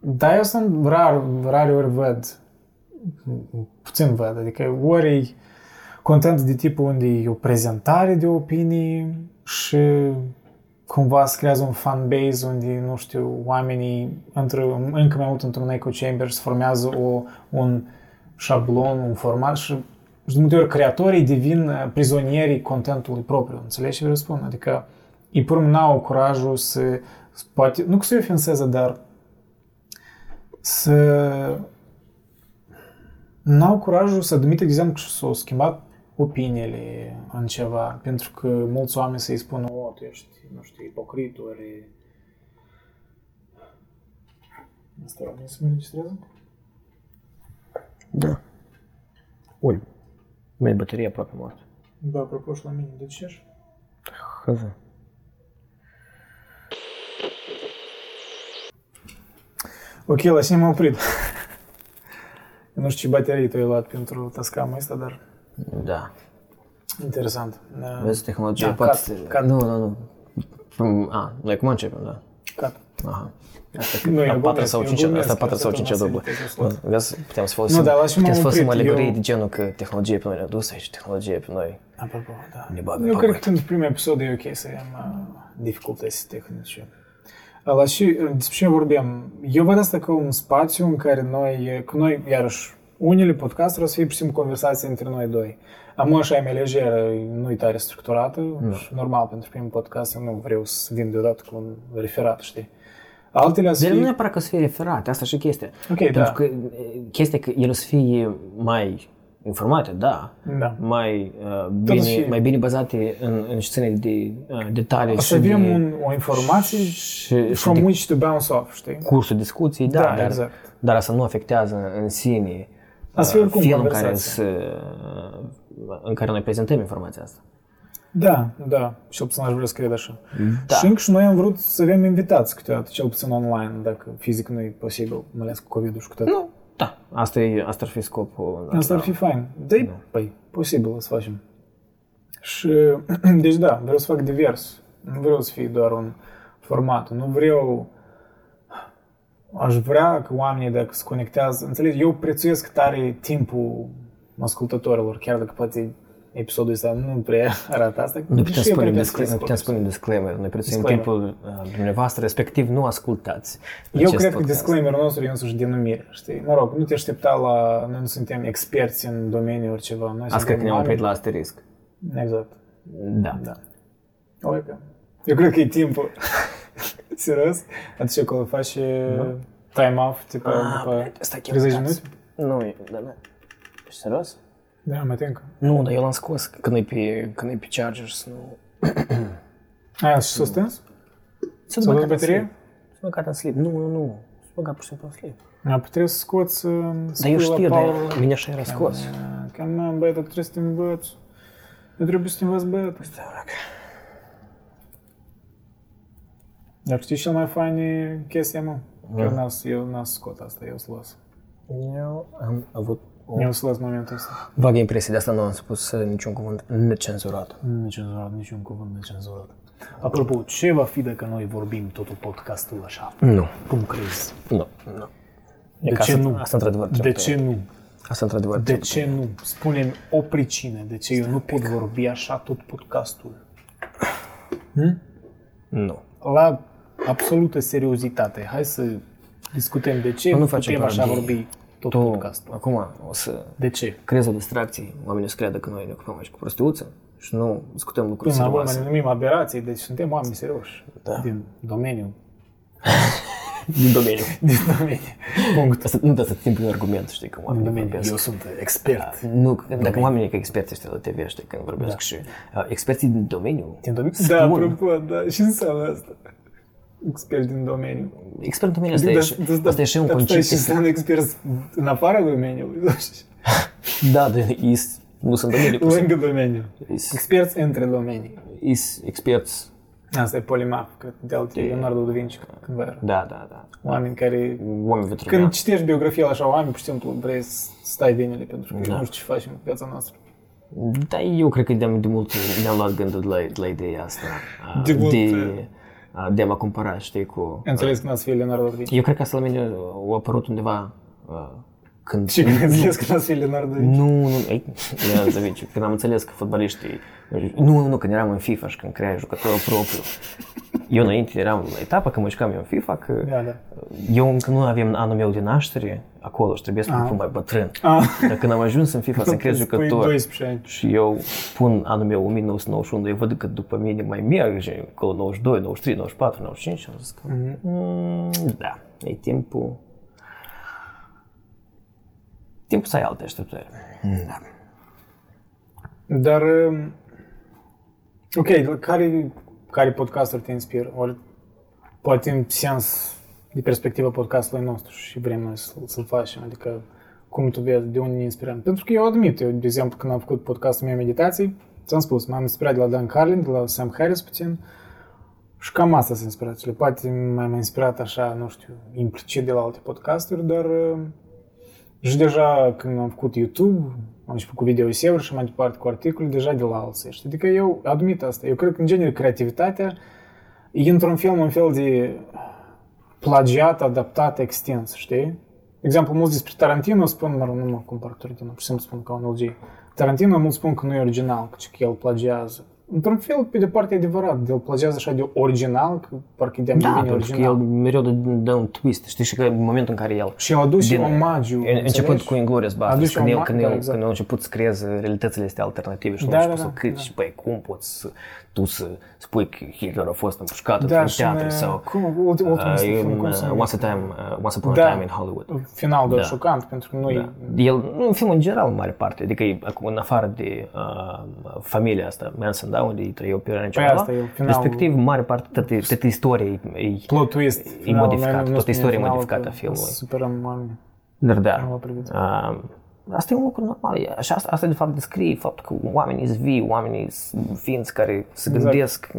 Speaker 1: da, eu sunt rar, rare ori văd, puțin văd, adică ori e content de tipul unde e o prezentare de opinii și cumva se creează un fanbase unde, nu știu, oamenii intră încă mai mult într-un echo chamber și se formează o, un șablon, un format și și de multe ori creatorii devin uh, prizonierii contentului propriu, înțelegi ce vreau să spun? Adică îi pur n-au curajul să, să poate, nu că să-i ofenseze, dar să n-au curajul să admite, de exemplu, că s-au schimbat opiniile în ceva, pentru că mulți oameni să-i spună, o, tu ești, nu știu, ipocrit, ori... Asta oamenii să mă înregistrează?
Speaker 2: Da. Ui, mi-e bateria aproape moartă.
Speaker 1: Da, apropo și la mine, de ce ești?
Speaker 2: Хз.
Speaker 1: Ok, la cine m-am oprit? nu știu ce baterii tu ai luat pentru tascamul ăsta, dar
Speaker 2: Da.
Speaker 1: interesant. Da.
Speaker 2: Vezi, tehnologia
Speaker 1: Da,
Speaker 2: poate
Speaker 1: cut,
Speaker 2: să...
Speaker 1: cut.
Speaker 2: Nu, nu, nu. Mm, A, noi cum începem, da?
Speaker 1: Cat.
Speaker 2: Aha.
Speaker 1: Nu,
Speaker 2: A
Speaker 1: eu
Speaker 2: patra
Speaker 1: glumesc,
Speaker 2: sau
Speaker 1: eu
Speaker 2: cincea,
Speaker 1: glumesc,
Speaker 2: asta patra sau
Speaker 1: asta
Speaker 2: cincea
Speaker 1: tot
Speaker 2: dublă.
Speaker 1: n-am să-i
Speaker 2: Vezi, putem să
Speaker 1: Nu,
Speaker 2: folosim,
Speaker 1: dar la ce
Speaker 2: putem
Speaker 1: m-am
Speaker 2: să folosim
Speaker 1: oprit?
Speaker 2: alegorii
Speaker 1: Eu-
Speaker 2: de genul că tehnologia pe noi ne-a dus aici, tehnologia pe noi
Speaker 1: Apropo, da.
Speaker 2: ne bagă
Speaker 1: Eu
Speaker 2: pe
Speaker 1: cred
Speaker 2: noi.
Speaker 1: că pentru primul episod e ok să avem uh, dificultăți tehnice. La și, uh, despre ce vorbeam? Eu văd asta ca un spațiu în care noi, uh, că noi, iarăși, unele podcasturi o să fie pur și simplu conversații între noi doi. Am așa e mai lejeră, nu e tare structurată
Speaker 2: Da.
Speaker 1: și normal pentru primul podcast eu nu vreau să vin deodată cu un referat, știi? Altele o să
Speaker 2: Dar Deci nu
Speaker 1: fie...
Speaker 2: neapărat că o să fie referate, asta și chestia.
Speaker 1: Ok,
Speaker 2: Pentru
Speaker 1: da.
Speaker 2: că e, chestia că el o să fie mai informate, da,
Speaker 1: Da.
Speaker 2: mai, uh,
Speaker 1: să
Speaker 2: bine,
Speaker 1: fie-
Speaker 2: mai bine bazate în, în ține de uh, detalii
Speaker 1: O să
Speaker 2: și de-
Speaker 1: avem un, o informație
Speaker 2: și, și
Speaker 1: from
Speaker 2: de
Speaker 1: which to bounce off, știi?
Speaker 2: cursul discuției, da,
Speaker 1: Da,
Speaker 2: dar,
Speaker 1: exact.
Speaker 2: dar asta nu afectează în sine
Speaker 1: Asta e
Speaker 2: uh,
Speaker 1: oricum
Speaker 2: felul în care,
Speaker 1: conversație.
Speaker 2: să- uh, în care noi prezentăm informația asta.
Speaker 1: Da, da, cel puțin aș vrea să cred așa.
Speaker 2: Da.
Speaker 1: Și încă și noi am vrut să avem invitați câteodată, cel puțin online, dacă fizic nu e posibil, mai ales cu COVID-ul și cu toate.
Speaker 2: Nu, da, asta, e, asta ar fi scopul.
Speaker 1: Asta ar fi fain. Da, e, păi, posibil să facem. Și, deci da, vreau să fac divers. Nu vreau să fie doar un format. Nu vreau... Aș vrea că oamenii dacă se conectează, înțelegi, eu prețuiesc tare timpul ascultătorilor, chiar dacă poate episodul ăsta nu prea arată asta.
Speaker 2: Noi putem
Speaker 1: și eu
Speaker 2: spune,
Speaker 1: cred că
Speaker 2: disclaimer, noi putem spune disclaimer. Noi prețuim
Speaker 1: Disclaimer.
Speaker 2: timpul uh, dumneavoastră, respectiv nu ascultați
Speaker 1: Eu
Speaker 2: acest
Speaker 1: cred că
Speaker 2: podcast.
Speaker 1: disclaimerul nostru e însuși denumire, știi? Mă rog, nu te aștepta la... Noi nu suntem experți în domeniul ceva. Noi
Speaker 2: Azi cred că ne-am oprit
Speaker 1: oameni-
Speaker 2: la asterisc.
Speaker 1: Exact.
Speaker 2: Da. da.
Speaker 1: Oi, că- Eu cred că e timpul. Serios? Atunci acolo faci da. e, time off, tipa, după 30 minute?
Speaker 2: Nu, e- da, da. Ești serios?
Speaker 1: Da, mă tenc.
Speaker 2: Nu, dar eu l-am scos când e pe, când e pe charger să nu...
Speaker 1: Aia, și s-a stins?
Speaker 2: Să
Speaker 1: S-a dat baterie?
Speaker 2: Să băgat în slip. Nu, nu, nu. Să băgat pur și simplu în slip.
Speaker 1: A, păi trebuie să scoți... um, să
Speaker 2: Dar eu
Speaker 1: pui la
Speaker 2: știu,
Speaker 1: power-
Speaker 2: dar mine așa era scos.
Speaker 1: Ah, Că nu, băiatul, trebuie să te învăț. Eu trebuie să te învăț, băiatul. Dar știi cel mai fain e chestia, mă? Eu n-am eu n-am scot asta, eu să las.
Speaker 2: Eu am avut o
Speaker 1: Eu să las momentul ăsta.
Speaker 2: vagă impresie, de asta nu am spus uh, niciun cuvânt necenzurat.
Speaker 1: Necenzurat, niciun cuvânt necenzurat. Apropo, ce va fi dacă noi vorbim totul podcastul așa?
Speaker 2: Nu,
Speaker 1: Cum crezi?
Speaker 2: nu, nu.
Speaker 1: De
Speaker 2: E că
Speaker 1: ce
Speaker 2: asta,
Speaker 1: nu?
Speaker 2: Asta într-adevăr
Speaker 1: De
Speaker 2: trebuie.
Speaker 1: ce nu?
Speaker 2: Asta într-adevăr
Speaker 1: De
Speaker 2: trebuie.
Speaker 1: ce nu? Spune-mi o pricină de ce eu nu pot vorbi așa tot podcastul.
Speaker 2: Nu.
Speaker 1: La absolută seriozitate. Hai să discutăm de ce
Speaker 2: Nu
Speaker 1: nu
Speaker 2: facem
Speaker 1: putem așa
Speaker 2: parodie.
Speaker 1: vorbi tot
Speaker 2: Tu,
Speaker 1: podcastul.
Speaker 2: acum, o să
Speaker 1: De ce?
Speaker 2: creezi o distracție. Oamenii o să creadă că noi ne ocupăm aici cu prostiuță și nu discutăm lucruri
Speaker 1: Până la urmă
Speaker 2: serioase.
Speaker 1: ne numim aberații, deci suntem oameni serioși
Speaker 2: Da.
Speaker 1: din domeniu.
Speaker 2: Din domeniu.
Speaker 1: Din domeniu. Punct.
Speaker 2: Asta, nu, dar asta timpul argument, știi, că
Speaker 1: Din
Speaker 2: oamenii
Speaker 1: domeniu.
Speaker 2: vorbesc.
Speaker 1: Eu sunt expert.
Speaker 2: Nu, că- dacă oamenii ca experți ăștia la TV, știi, când vorbesc da. și uh, experții din domeniu,
Speaker 1: Din domeniu?
Speaker 2: Spun.
Speaker 1: Da, apropo, da. Ce înseamnă asta? Expert din domeniu.
Speaker 2: expert în domeniu, asta, e, și-
Speaker 1: da,
Speaker 2: asta e și un
Speaker 1: dar
Speaker 2: concept.
Speaker 1: stai, Și înseamnă expert în afara domeniului,
Speaker 2: Da, de, is, nu sunt domeniu, pur și
Speaker 1: lângă domeniu.
Speaker 2: simplu. is,
Speaker 1: Experți între domenii.
Speaker 2: is experți,
Speaker 1: Asta e polimat, că de altfel Leonardo da Vinci cândva era.
Speaker 2: da, da, da,
Speaker 1: Oameni care
Speaker 2: oameni veterinari.
Speaker 1: Când citești biografia la așa oameni, pur și simplu vrei să stai venele pentru că
Speaker 2: Da.
Speaker 1: nu știu ce facem cu viața noastră.
Speaker 2: Da, eu cred că de-am de mult ne-am luat gândul um de la, de la ideea asta. uh,
Speaker 1: De É. mult, uh,
Speaker 2: de, uh, de a mă compara, știi, cu...
Speaker 1: Înțeles că n-ați fi Leonardo da Vinci.
Speaker 2: Eu cred că asta la mine uh, a apărut undeva uh, când
Speaker 1: Și când înțeles că n-ați fi Leonardo da Vinci.
Speaker 2: Nu, nu, ei, nu era Zavici. Când am înțeles că fotbaliștii... Nu, nu, când eram în FIFA și când creai jucătorul propriu. Eu înainte eram la etapa când mă jucam eu în FIFA, că
Speaker 1: Da, da.
Speaker 2: eu încă nu aveam anul meu de naștere acolo și trebuia să fiu mai bătrân.
Speaker 1: Ah. Păi
Speaker 2: Dar când am ajuns în FIFA să-mi creez
Speaker 1: Îți pui
Speaker 2: jucător
Speaker 1: 12 ani.
Speaker 2: și eu pun anul meu 1991, eu văd că după mine mai merge acolo 92, 93, 94, 95 și am zis că
Speaker 1: Mhm.
Speaker 2: mm, da, e timpul timpul să ai alte așteptări. Da.
Speaker 1: Dar, um, ok, la care, care podcasturi te inspiră? Ori poate în sens de perspectiva podcastului nostru și vrem noi să- să-l facem, adică cum tu vezi, de unde ne inspirăm. Pentru că eu admit, eu, de exemplu, când am făcut podcastul meu meditații, ți-am spus, m-am inspirat de la Dan Carlin, de la Sam Harris puțin, și cam asta sunt inspirațiile. Poate m-am inspirat așa, nu știu, implicit de la alte podcasturi, dar um, și deja când am făcut YouTube, am început cu video și mai departe cu articole, deja de la alții. Știi? Adică eu admit asta. Eu cred că, în genere, creativitatea e într-un film un fel de plagiat, adaptat, extins, știi? De exemplu, mulți despre Tarantino spun, mă rog, nu mă compar cu Tarantino, pur și simplu spun ca un LG. Tarantino mulți spun că nu e original, că ci că el plagiază. Într-un fel, pe de parte e adevărat, el plagiază așa de original, că parcă de-a
Speaker 2: Da,
Speaker 1: da,
Speaker 2: pentru că
Speaker 1: original.
Speaker 2: el mereu dă, dă un twist, știi, și că în momentul în care el,
Speaker 1: Și el aduce
Speaker 2: Din-
Speaker 1: omagiu,
Speaker 2: începând
Speaker 1: înțelegi?
Speaker 2: cu Inglourious Basterds,
Speaker 1: Aduce
Speaker 2: când
Speaker 1: o
Speaker 2: el,
Speaker 1: ma-
Speaker 2: când,
Speaker 1: da,
Speaker 2: el,
Speaker 1: exact.
Speaker 2: când el a început să creeze realitățile astea alternative și
Speaker 1: Da,
Speaker 2: nu știu
Speaker 1: da,
Speaker 2: să
Speaker 1: da,
Speaker 2: cât
Speaker 1: da.
Speaker 2: și băi, cum poți să, tu să spui că Hitler a fost împușcat
Speaker 1: Da,
Speaker 2: într-un
Speaker 1: și
Speaker 2: teatru
Speaker 1: în,
Speaker 2: sau
Speaker 1: cum, ultimul, ultimul
Speaker 2: Uh,
Speaker 1: ăsta
Speaker 2: în,
Speaker 1: film, cum
Speaker 2: uh,
Speaker 1: se
Speaker 2: once, a time, uh, once Upon a
Speaker 1: Da.
Speaker 2: Time in Hollywood.
Speaker 1: numește? Final doar
Speaker 2: Da.
Speaker 1: șocant, pentru că nu e...
Speaker 2: El, nu, în filmul în general, în mare parte, adică e acum în afară de uh, familia asta, Manson, da, unde ei trăiau pe
Speaker 1: Păi
Speaker 2: anii
Speaker 1: asta e finalul.
Speaker 2: respectiv, în mare parte, toată, toată istoria e, e
Speaker 1: Plot twist. é final,
Speaker 2: modificat,
Speaker 1: noi nu
Speaker 2: toată
Speaker 1: spunem
Speaker 2: istoria e
Speaker 1: finalul,
Speaker 2: modificată
Speaker 1: că
Speaker 2: a filmului.
Speaker 1: Superăm oamenii.
Speaker 2: dar
Speaker 1: Am
Speaker 2: da,
Speaker 1: privit.
Speaker 2: uh, asta e un lucru normal, e- așa, asta, asta de fapt descrie faptul că oamenii sunt vii, oamenii sunt ființi care se
Speaker 1: Exact.
Speaker 2: gândesc,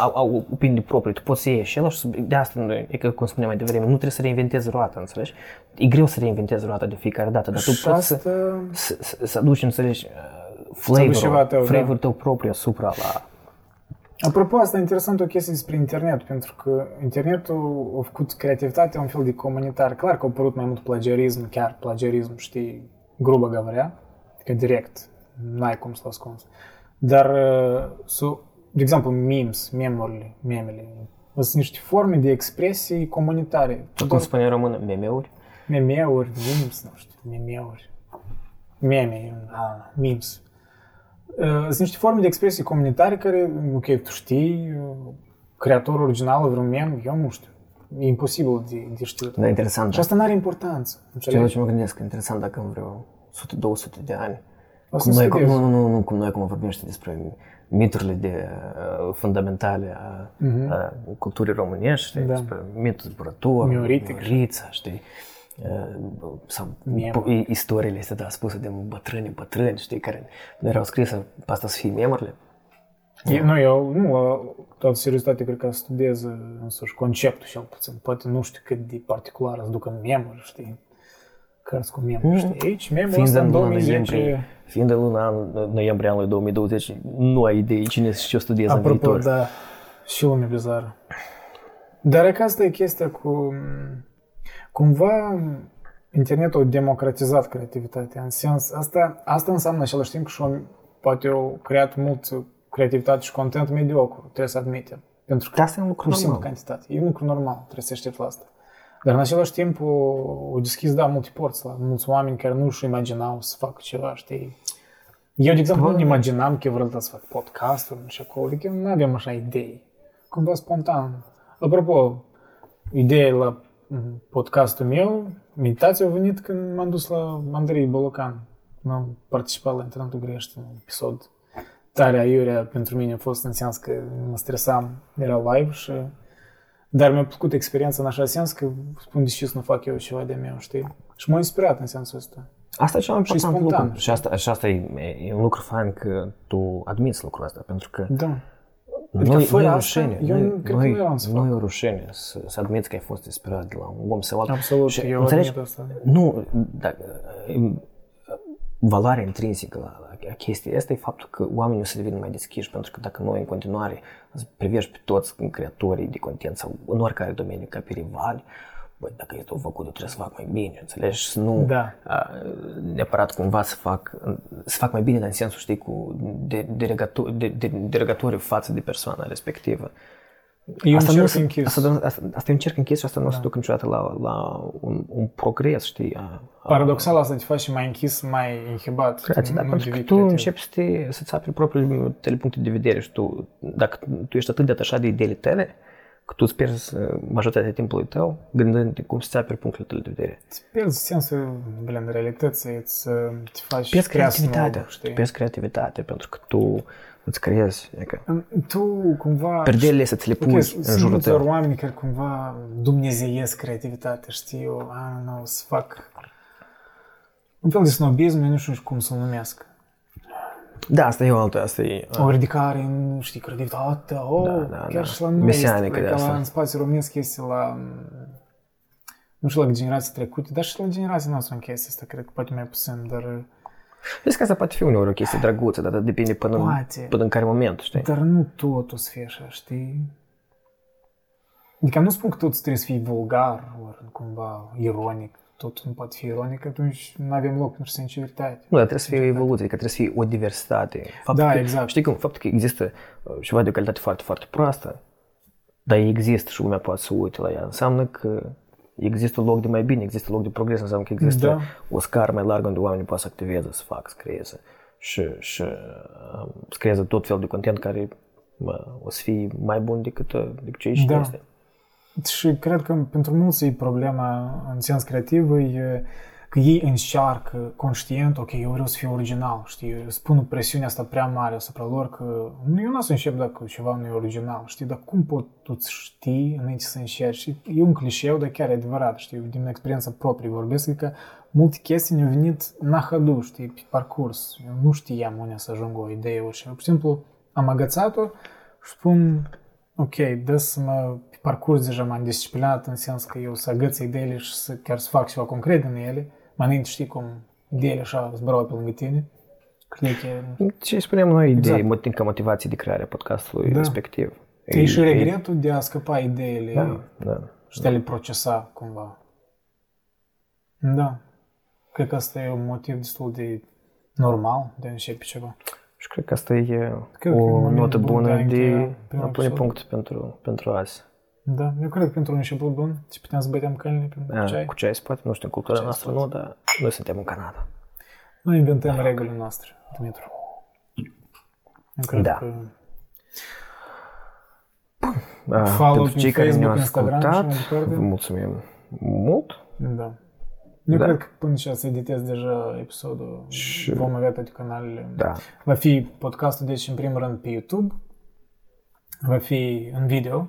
Speaker 2: au, au opinii proprii, tu poți să iei și el și să- de asta, noi, e că, cum spuneam mai devreme, nu trebuie să reinventezi roata, înțelegi? E greu să reinventezi roata de fiecare dată, dar tu
Speaker 1: Și
Speaker 2: poți să...
Speaker 1: asta...
Speaker 2: să, să, să aduci, înțelegi, uh,
Speaker 1: aduci ceva
Speaker 2: flavor-ul,
Speaker 1: tău, da.
Speaker 2: flavor tău propriu asupra la...
Speaker 1: Apropo, asta e interesant o chestie despre internet, pentru că internetul a făcut creativitatea un fel de comunitar. Clar că a apărut mai mult plagiarism, chiar plagiarism, știi, grubă говоря, adică direct. n-ai cum să le ascunzi. Dar, uh, su- de exemplu, memes, memurile, memele, sunt niște forme de expresii comunitare.
Speaker 2: Cum spune în română, meme-uri?
Speaker 1: Meme-uri, memes, nu știu, meme-uri. Meme, da, memes. Uh, Sunt niște forme de expresie comunitare care, ok, tu știi, uh, creatorul original, vreun mem, eu nu știu. E imposibil de, de știut.
Speaker 2: Da, interesant.
Speaker 1: Și
Speaker 2: Da.
Speaker 1: asta nu are importanță.
Speaker 2: Ce
Speaker 1: Înțelegi?
Speaker 2: ce mă gândesc, interesant dacă în vreo 100-200 de ani.
Speaker 1: O să
Speaker 2: Cum noi, cum,
Speaker 1: studiez.
Speaker 2: nu, nu, nu, cum noi acum vorbim și despre miturile de, uh, fundamentale a,
Speaker 1: Mhm.
Speaker 2: a culturii românești, știi,
Speaker 1: Da.
Speaker 2: despre mitul zburător,
Speaker 1: Mioritic.
Speaker 2: miorița, știi, uh, sau
Speaker 1: Mem.
Speaker 2: po- i- istoriile astea, da, spuse de bătrâni, bătrâni, știi, care nu erau scrise pe asta să fie memurile.
Speaker 1: Eu, nu, eu, nu, la toată seriozitatea, cred că studiez uh, însuși conceptul cel puțin. Poate nu știu cât de particular îți duc în memuri, știi? Cărți cu memuri,
Speaker 2: Mm.
Speaker 1: știi? Aici, memul
Speaker 2: Fiind
Speaker 1: ăsta în
Speaker 2: în luna
Speaker 1: 2010...
Speaker 2: noiembrie, fiind în luna an- noiembrie anului 2020, nu ai idei cine și ce o studiez în
Speaker 1: Apropo,
Speaker 2: viitor.
Speaker 1: da, și lume bizară. Dar e că asta e chestia cu... Cumva internetul a democratizat creativitatea. În sens, asta, asta înseamnă în același timp că și-o, poate au creat mult creativitate și content mediocru, trebuie să admitem. Pentru că
Speaker 2: Dar asta e un lucru
Speaker 1: pur și simplu
Speaker 2: normal.
Speaker 1: cantitate. E un lucru normal, trebuie să aștept la asta. Dar în același timp o, o deschis, da, multe porți la mulți oameni care nu își imaginau să facă ceva, știi? Eu, de exemplu, nu imaginam că eu vreodată să fac podcasturi și acolo, adică nu aveam așa idei. Cumva spontan. Apropo, ideea la mm, podcastul meu, meditația a venit când m-am dus la Andrei Bolocan. Când Am participat la Internatul Grești, un episod tare aiurea pentru mine a fost în sens că mă stresam, era live și... Dar mi-a plăcut experiența în așa sens că spun de ce să nu fac eu ceva de meu, știi? Și m-a inspirat în sensul ăsta.
Speaker 2: Asta e cel mai
Speaker 1: Și
Speaker 2: important
Speaker 1: spontan.
Speaker 2: lucru. Și asta, și asta e, e un lucru fain că tu admiți lucrul ăsta, pentru că
Speaker 1: Da. Adică
Speaker 2: noi,
Speaker 1: fără
Speaker 2: noi e
Speaker 1: asta,
Speaker 2: rușine.
Speaker 1: eu
Speaker 2: noi,
Speaker 1: nu- cred
Speaker 2: noi,
Speaker 1: că nu eram să fac.
Speaker 2: noi e rușine să, să admiți că ai fost inspirat de la un om sau altul.
Speaker 1: Absolut,
Speaker 2: Și
Speaker 1: eu
Speaker 2: înțelegi?
Speaker 1: admit asta.
Speaker 2: Nu, dar em, valoarea intrinsecă la, la chestia asta e faptul că oamenii o să devină mai deschiși, pentru că dacă noi în continuare îți privești pe toți creatorii de content sau în oricare domeniu ca pe rivali, băi, dacă eu tot făcut, eu trebuie să fac mai bine, înțelegi? Să nu
Speaker 1: Da.
Speaker 2: a, neapărat cumva să fac, să fac mai bine, dar în sensul, știi, cu de, derogato- de, de, derogatoriu față de persoana respectivă.
Speaker 1: E un
Speaker 2: asta, nu
Speaker 1: cerc
Speaker 2: se-
Speaker 1: închis. Da.
Speaker 2: Asta, asta, asta e un cerc închis și asta nu o să duc niciodată la, la un, un progres, știi? A, a
Speaker 1: Paradoxal, asta te face mai închis, mai inhibat.
Speaker 2: creației, da?
Speaker 1: Nu
Speaker 2: Pentru că
Speaker 1: devii
Speaker 2: tu
Speaker 1: creativ.
Speaker 2: începi să te, să-ți aperi propriile tale puncte de vedere și tu, dacă tu ești atât de atașat de ideile tale, că tu îți pierzi uh, majoritatea timpului tău gândindu-te cum să-ți aperi punctele tale de vedere.
Speaker 1: Îți pierzi sensul, blin, realității, îți, uh, te faci
Speaker 2: Pierzi
Speaker 1: creas nou,
Speaker 2: creativitatea,
Speaker 1: știi?
Speaker 2: pierzi creativitatea pentru că tu îți creezi, adică
Speaker 1: Tu, cumva...
Speaker 2: perdelele să ți le pui
Speaker 1: Da, Ok,
Speaker 2: în
Speaker 1: sunt
Speaker 2: jurul
Speaker 1: mulți ori
Speaker 2: tău.
Speaker 1: oameni care cumva dumnezeiesc creativitatea, știi eu, I don't know, să fac un fel de snobism, eu nu știu cum să-l numesc.
Speaker 2: Da, asta e o altă, asta e...
Speaker 1: O ridicare în, știi, creativitatea, o,
Speaker 2: Da, da,
Speaker 1: chiar
Speaker 2: da.
Speaker 1: și la noi,
Speaker 2: Mesianică
Speaker 1: este,
Speaker 2: de
Speaker 1: că
Speaker 2: asta.
Speaker 1: la, în spațiul românesc este la, m, nu știu, la generații trecute, dar și la generația noastră în chestia asta, cred că poate mai puțin, dar,
Speaker 2: Vezi că asta poate fi uneori o chestie drăguță, dar depinde până,
Speaker 1: Poate.
Speaker 2: în, până în care moment, știi?
Speaker 1: dar nu tot o să fie așa, știi? Adică nu spun că tot trebuie să fii vulgar, ori cumva ironic, tot nu poate fi ironic, atunci nu avem loc pentru sinceritate.
Speaker 2: Nu, dar trebuie să fie o evoluție, adică trebuie să fie o diversitate. Faptul
Speaker 1: Da,
Speaker 2: că,
Speaker 1: exact.
Speaker 2: Știi cum? Faptul că există uh, ceva de o calitate foarte, foarte proastă, dar există și lumea poate să uite la ea, înseamnă că există loc de mai bine, există loc de progres, înseamnă că există
Speaker 1: Da.
Speaker 2: o scară mai largă unde oamenii pot să activeze, să facă, să creeze și, și um, să creeze tot felul de content care mă, o să fie mai bun decât, uh, decât ce ești
Speaker 1: Da.
Speaker 2: este.
Speaker 1: Și cred că pentru mulți e problema în sens creativ, e că ei încearcă conștient, ok, eu vreau să fiu original, știi, eu spun presiunea asta prea mare asupra lor că nu, eu nu o să încep dacă ceva nu e original, știi, dar cum pot tu să știi înainte să încerci? Și e un clișeu, dar chiar e adevărat, știi, eu din experiența proprie vorbesc, că multe chestii ne-au venit na hădu, știi, pe parcurs. Eu nu știam unde să ajung o idee, și pur și simplu am agățat-o și spun, Ok, des mă, pe parcurs deja m-am disciplinat în sens că eu să agăț ideile și să chiar să fac ceva concret în ele. Mai înainte știi cum ideile așa zbărau pe lângă tine. Cred că
Speaker 2: Ce spuneam noi,
Speaker 1: Exact.
Speaker 2: de, mot- ca motivație de creare a podcastului
Speaker 1: Da.
Speaker 2: respectiv.
Speaker 1: e și
Speaker 2: э,
Speaker 1: regretul de a scăpa ideile
Speaker 2: Da, da.
Speaker 1: și de a le procesa cumva. Da. Cred că asta e un motiv destul de Normal de a începe ceva.
Speaker 2: Și cred că asta e
Speaker 1: Cred că e un
Speaker 2: o
Speaker 1: moment
Speaker 2: notă
Speaker 1: bun de
Speaker 2: bună
Speaker 1: a încheia
Speaker 2: de
Speaker 1: primul
Speaker 2: a pune
Speaker 1: episod.
Speaker 2: punct pentru, pentru azi.
Speaker 1: Da, eu cred că pentru un început bun, ți putem să bătem călile pe
Speaker 2: A,
Speaker 1: ceai.
Speaker 2: Cu ceai spate, nu știu, în cultura
Speaker 1: ceai
Speaker 2: noastră
Speaker 1: spate.
Speaker 2: nu, dar noi suntem în Canada.
Speaker 1: Noi inventăm regulile noastre, Dumitru. Eu cred
Speaker 2: Da.
Speaker 1: că
Speaker 2: A,
Speaker 1: Follow
Speaker 2: pentru
Speaker 1: pe
Speaker 2: cei care ne-au
Speaker 1: Facebook, Instagram și mai
Speaker 2: ascultat,
Speaker 1: departe.
Speaker 2: vă mulțumim mult.
Speaker 1: Da. Eu
Speaker 2: Da.
Speaker 1: cred că până ce să editez deja episodul,
Speaker 2: Și-
Speaker 1: vom avea toate canalele.
Speaker 2: Da,
Speaker 1: Va fi podcastul, deci, în primul rând, pe YouTube. Va fi în video,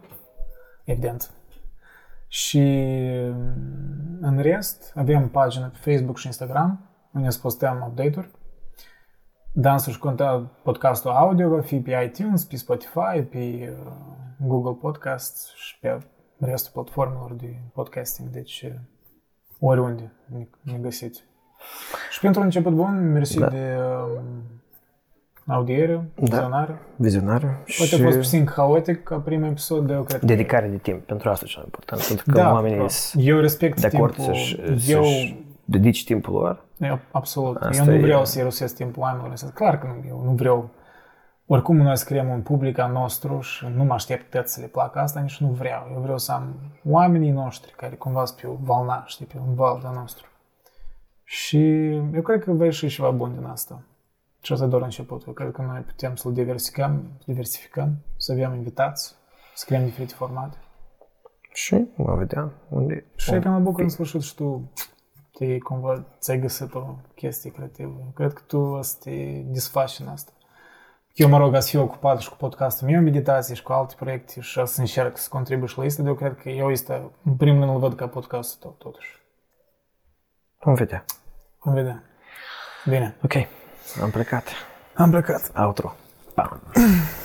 Speaker 1: evident. Și mm, în rest, avem pagina pe Facebook și Instagram, unde să postăm update-uri. Dansul și conta podcastul audio va fi pe iTunes, pe Spotify, pe uh, Google Podcast și pe restul platformelor de podcasting, deci uh, oriunde ne, ne găsiți. Și pentru început bun, mersi da.
Speaker 2: Da.
Speaker 1: de um, audiere,
Speaker 2: Da.
Speaker 1: vizionare.
Speaker 2: vizionar
Speaker 1: Poate a fost
Speaker 2: și
Speaker 1: puțin haotic ca primul episod, dar eu cred că...
Speaker 2: dedicare de timp. Pentru asta e cel mai important, pentru că
Speaker 1: da,
Speaker 2: oamenii sunt
Speaker 1: eu respect
Speaker 2: de acord
Speaker 1: timpul.
Speaker 2: să-și,
Speaker 1: eu,
Speaker 2: să-și dedici timpul lor.
Speaker 1: eu, absolut.
Speaker 2: Asta
Speaker 1: eu nu
Speaker 2: e-
Speaker 1: vreau să irosesc timpul oamenilor. Sunt Clar că nu, eu nu vreau. Oricum noi scriem un public al nostru și nu mă aștept tot să le placă asta, nici nu vreau. Eu vreau să am oamenii noștri care cumva sunt pe o valna, știi, pe un val de nostru. Și eu cred că va ieși ceva bun din asta. Și asta e doar începutul. Eu cred că noi putem să-l diversificăm, diversificăm, să avem invitați, să creăm diferite formate.
Speaker 2: Și vom vedea unde...
Speaker 1: Și cred că mă bucur în sfârșit și tu te cumva ți-ai găsit o chestie creativă. Cred că tu o să te desfaci în asta. Eu, mă rog, ați fi ocupat și cu podcastul meu, meditații și cu alte proiecte și o să încerc să contribui și la asta, dar eu cred că eu este, în primul rând, îl văd ca podcastul tău, totuși.
Speaker 2: Vom vedea.
Speaker 1: Vom vedea. Bine.
Speaker 2: Ok, am plecat.
Speaker 1: Am plecat.
Speaker 2: Outro. Pa.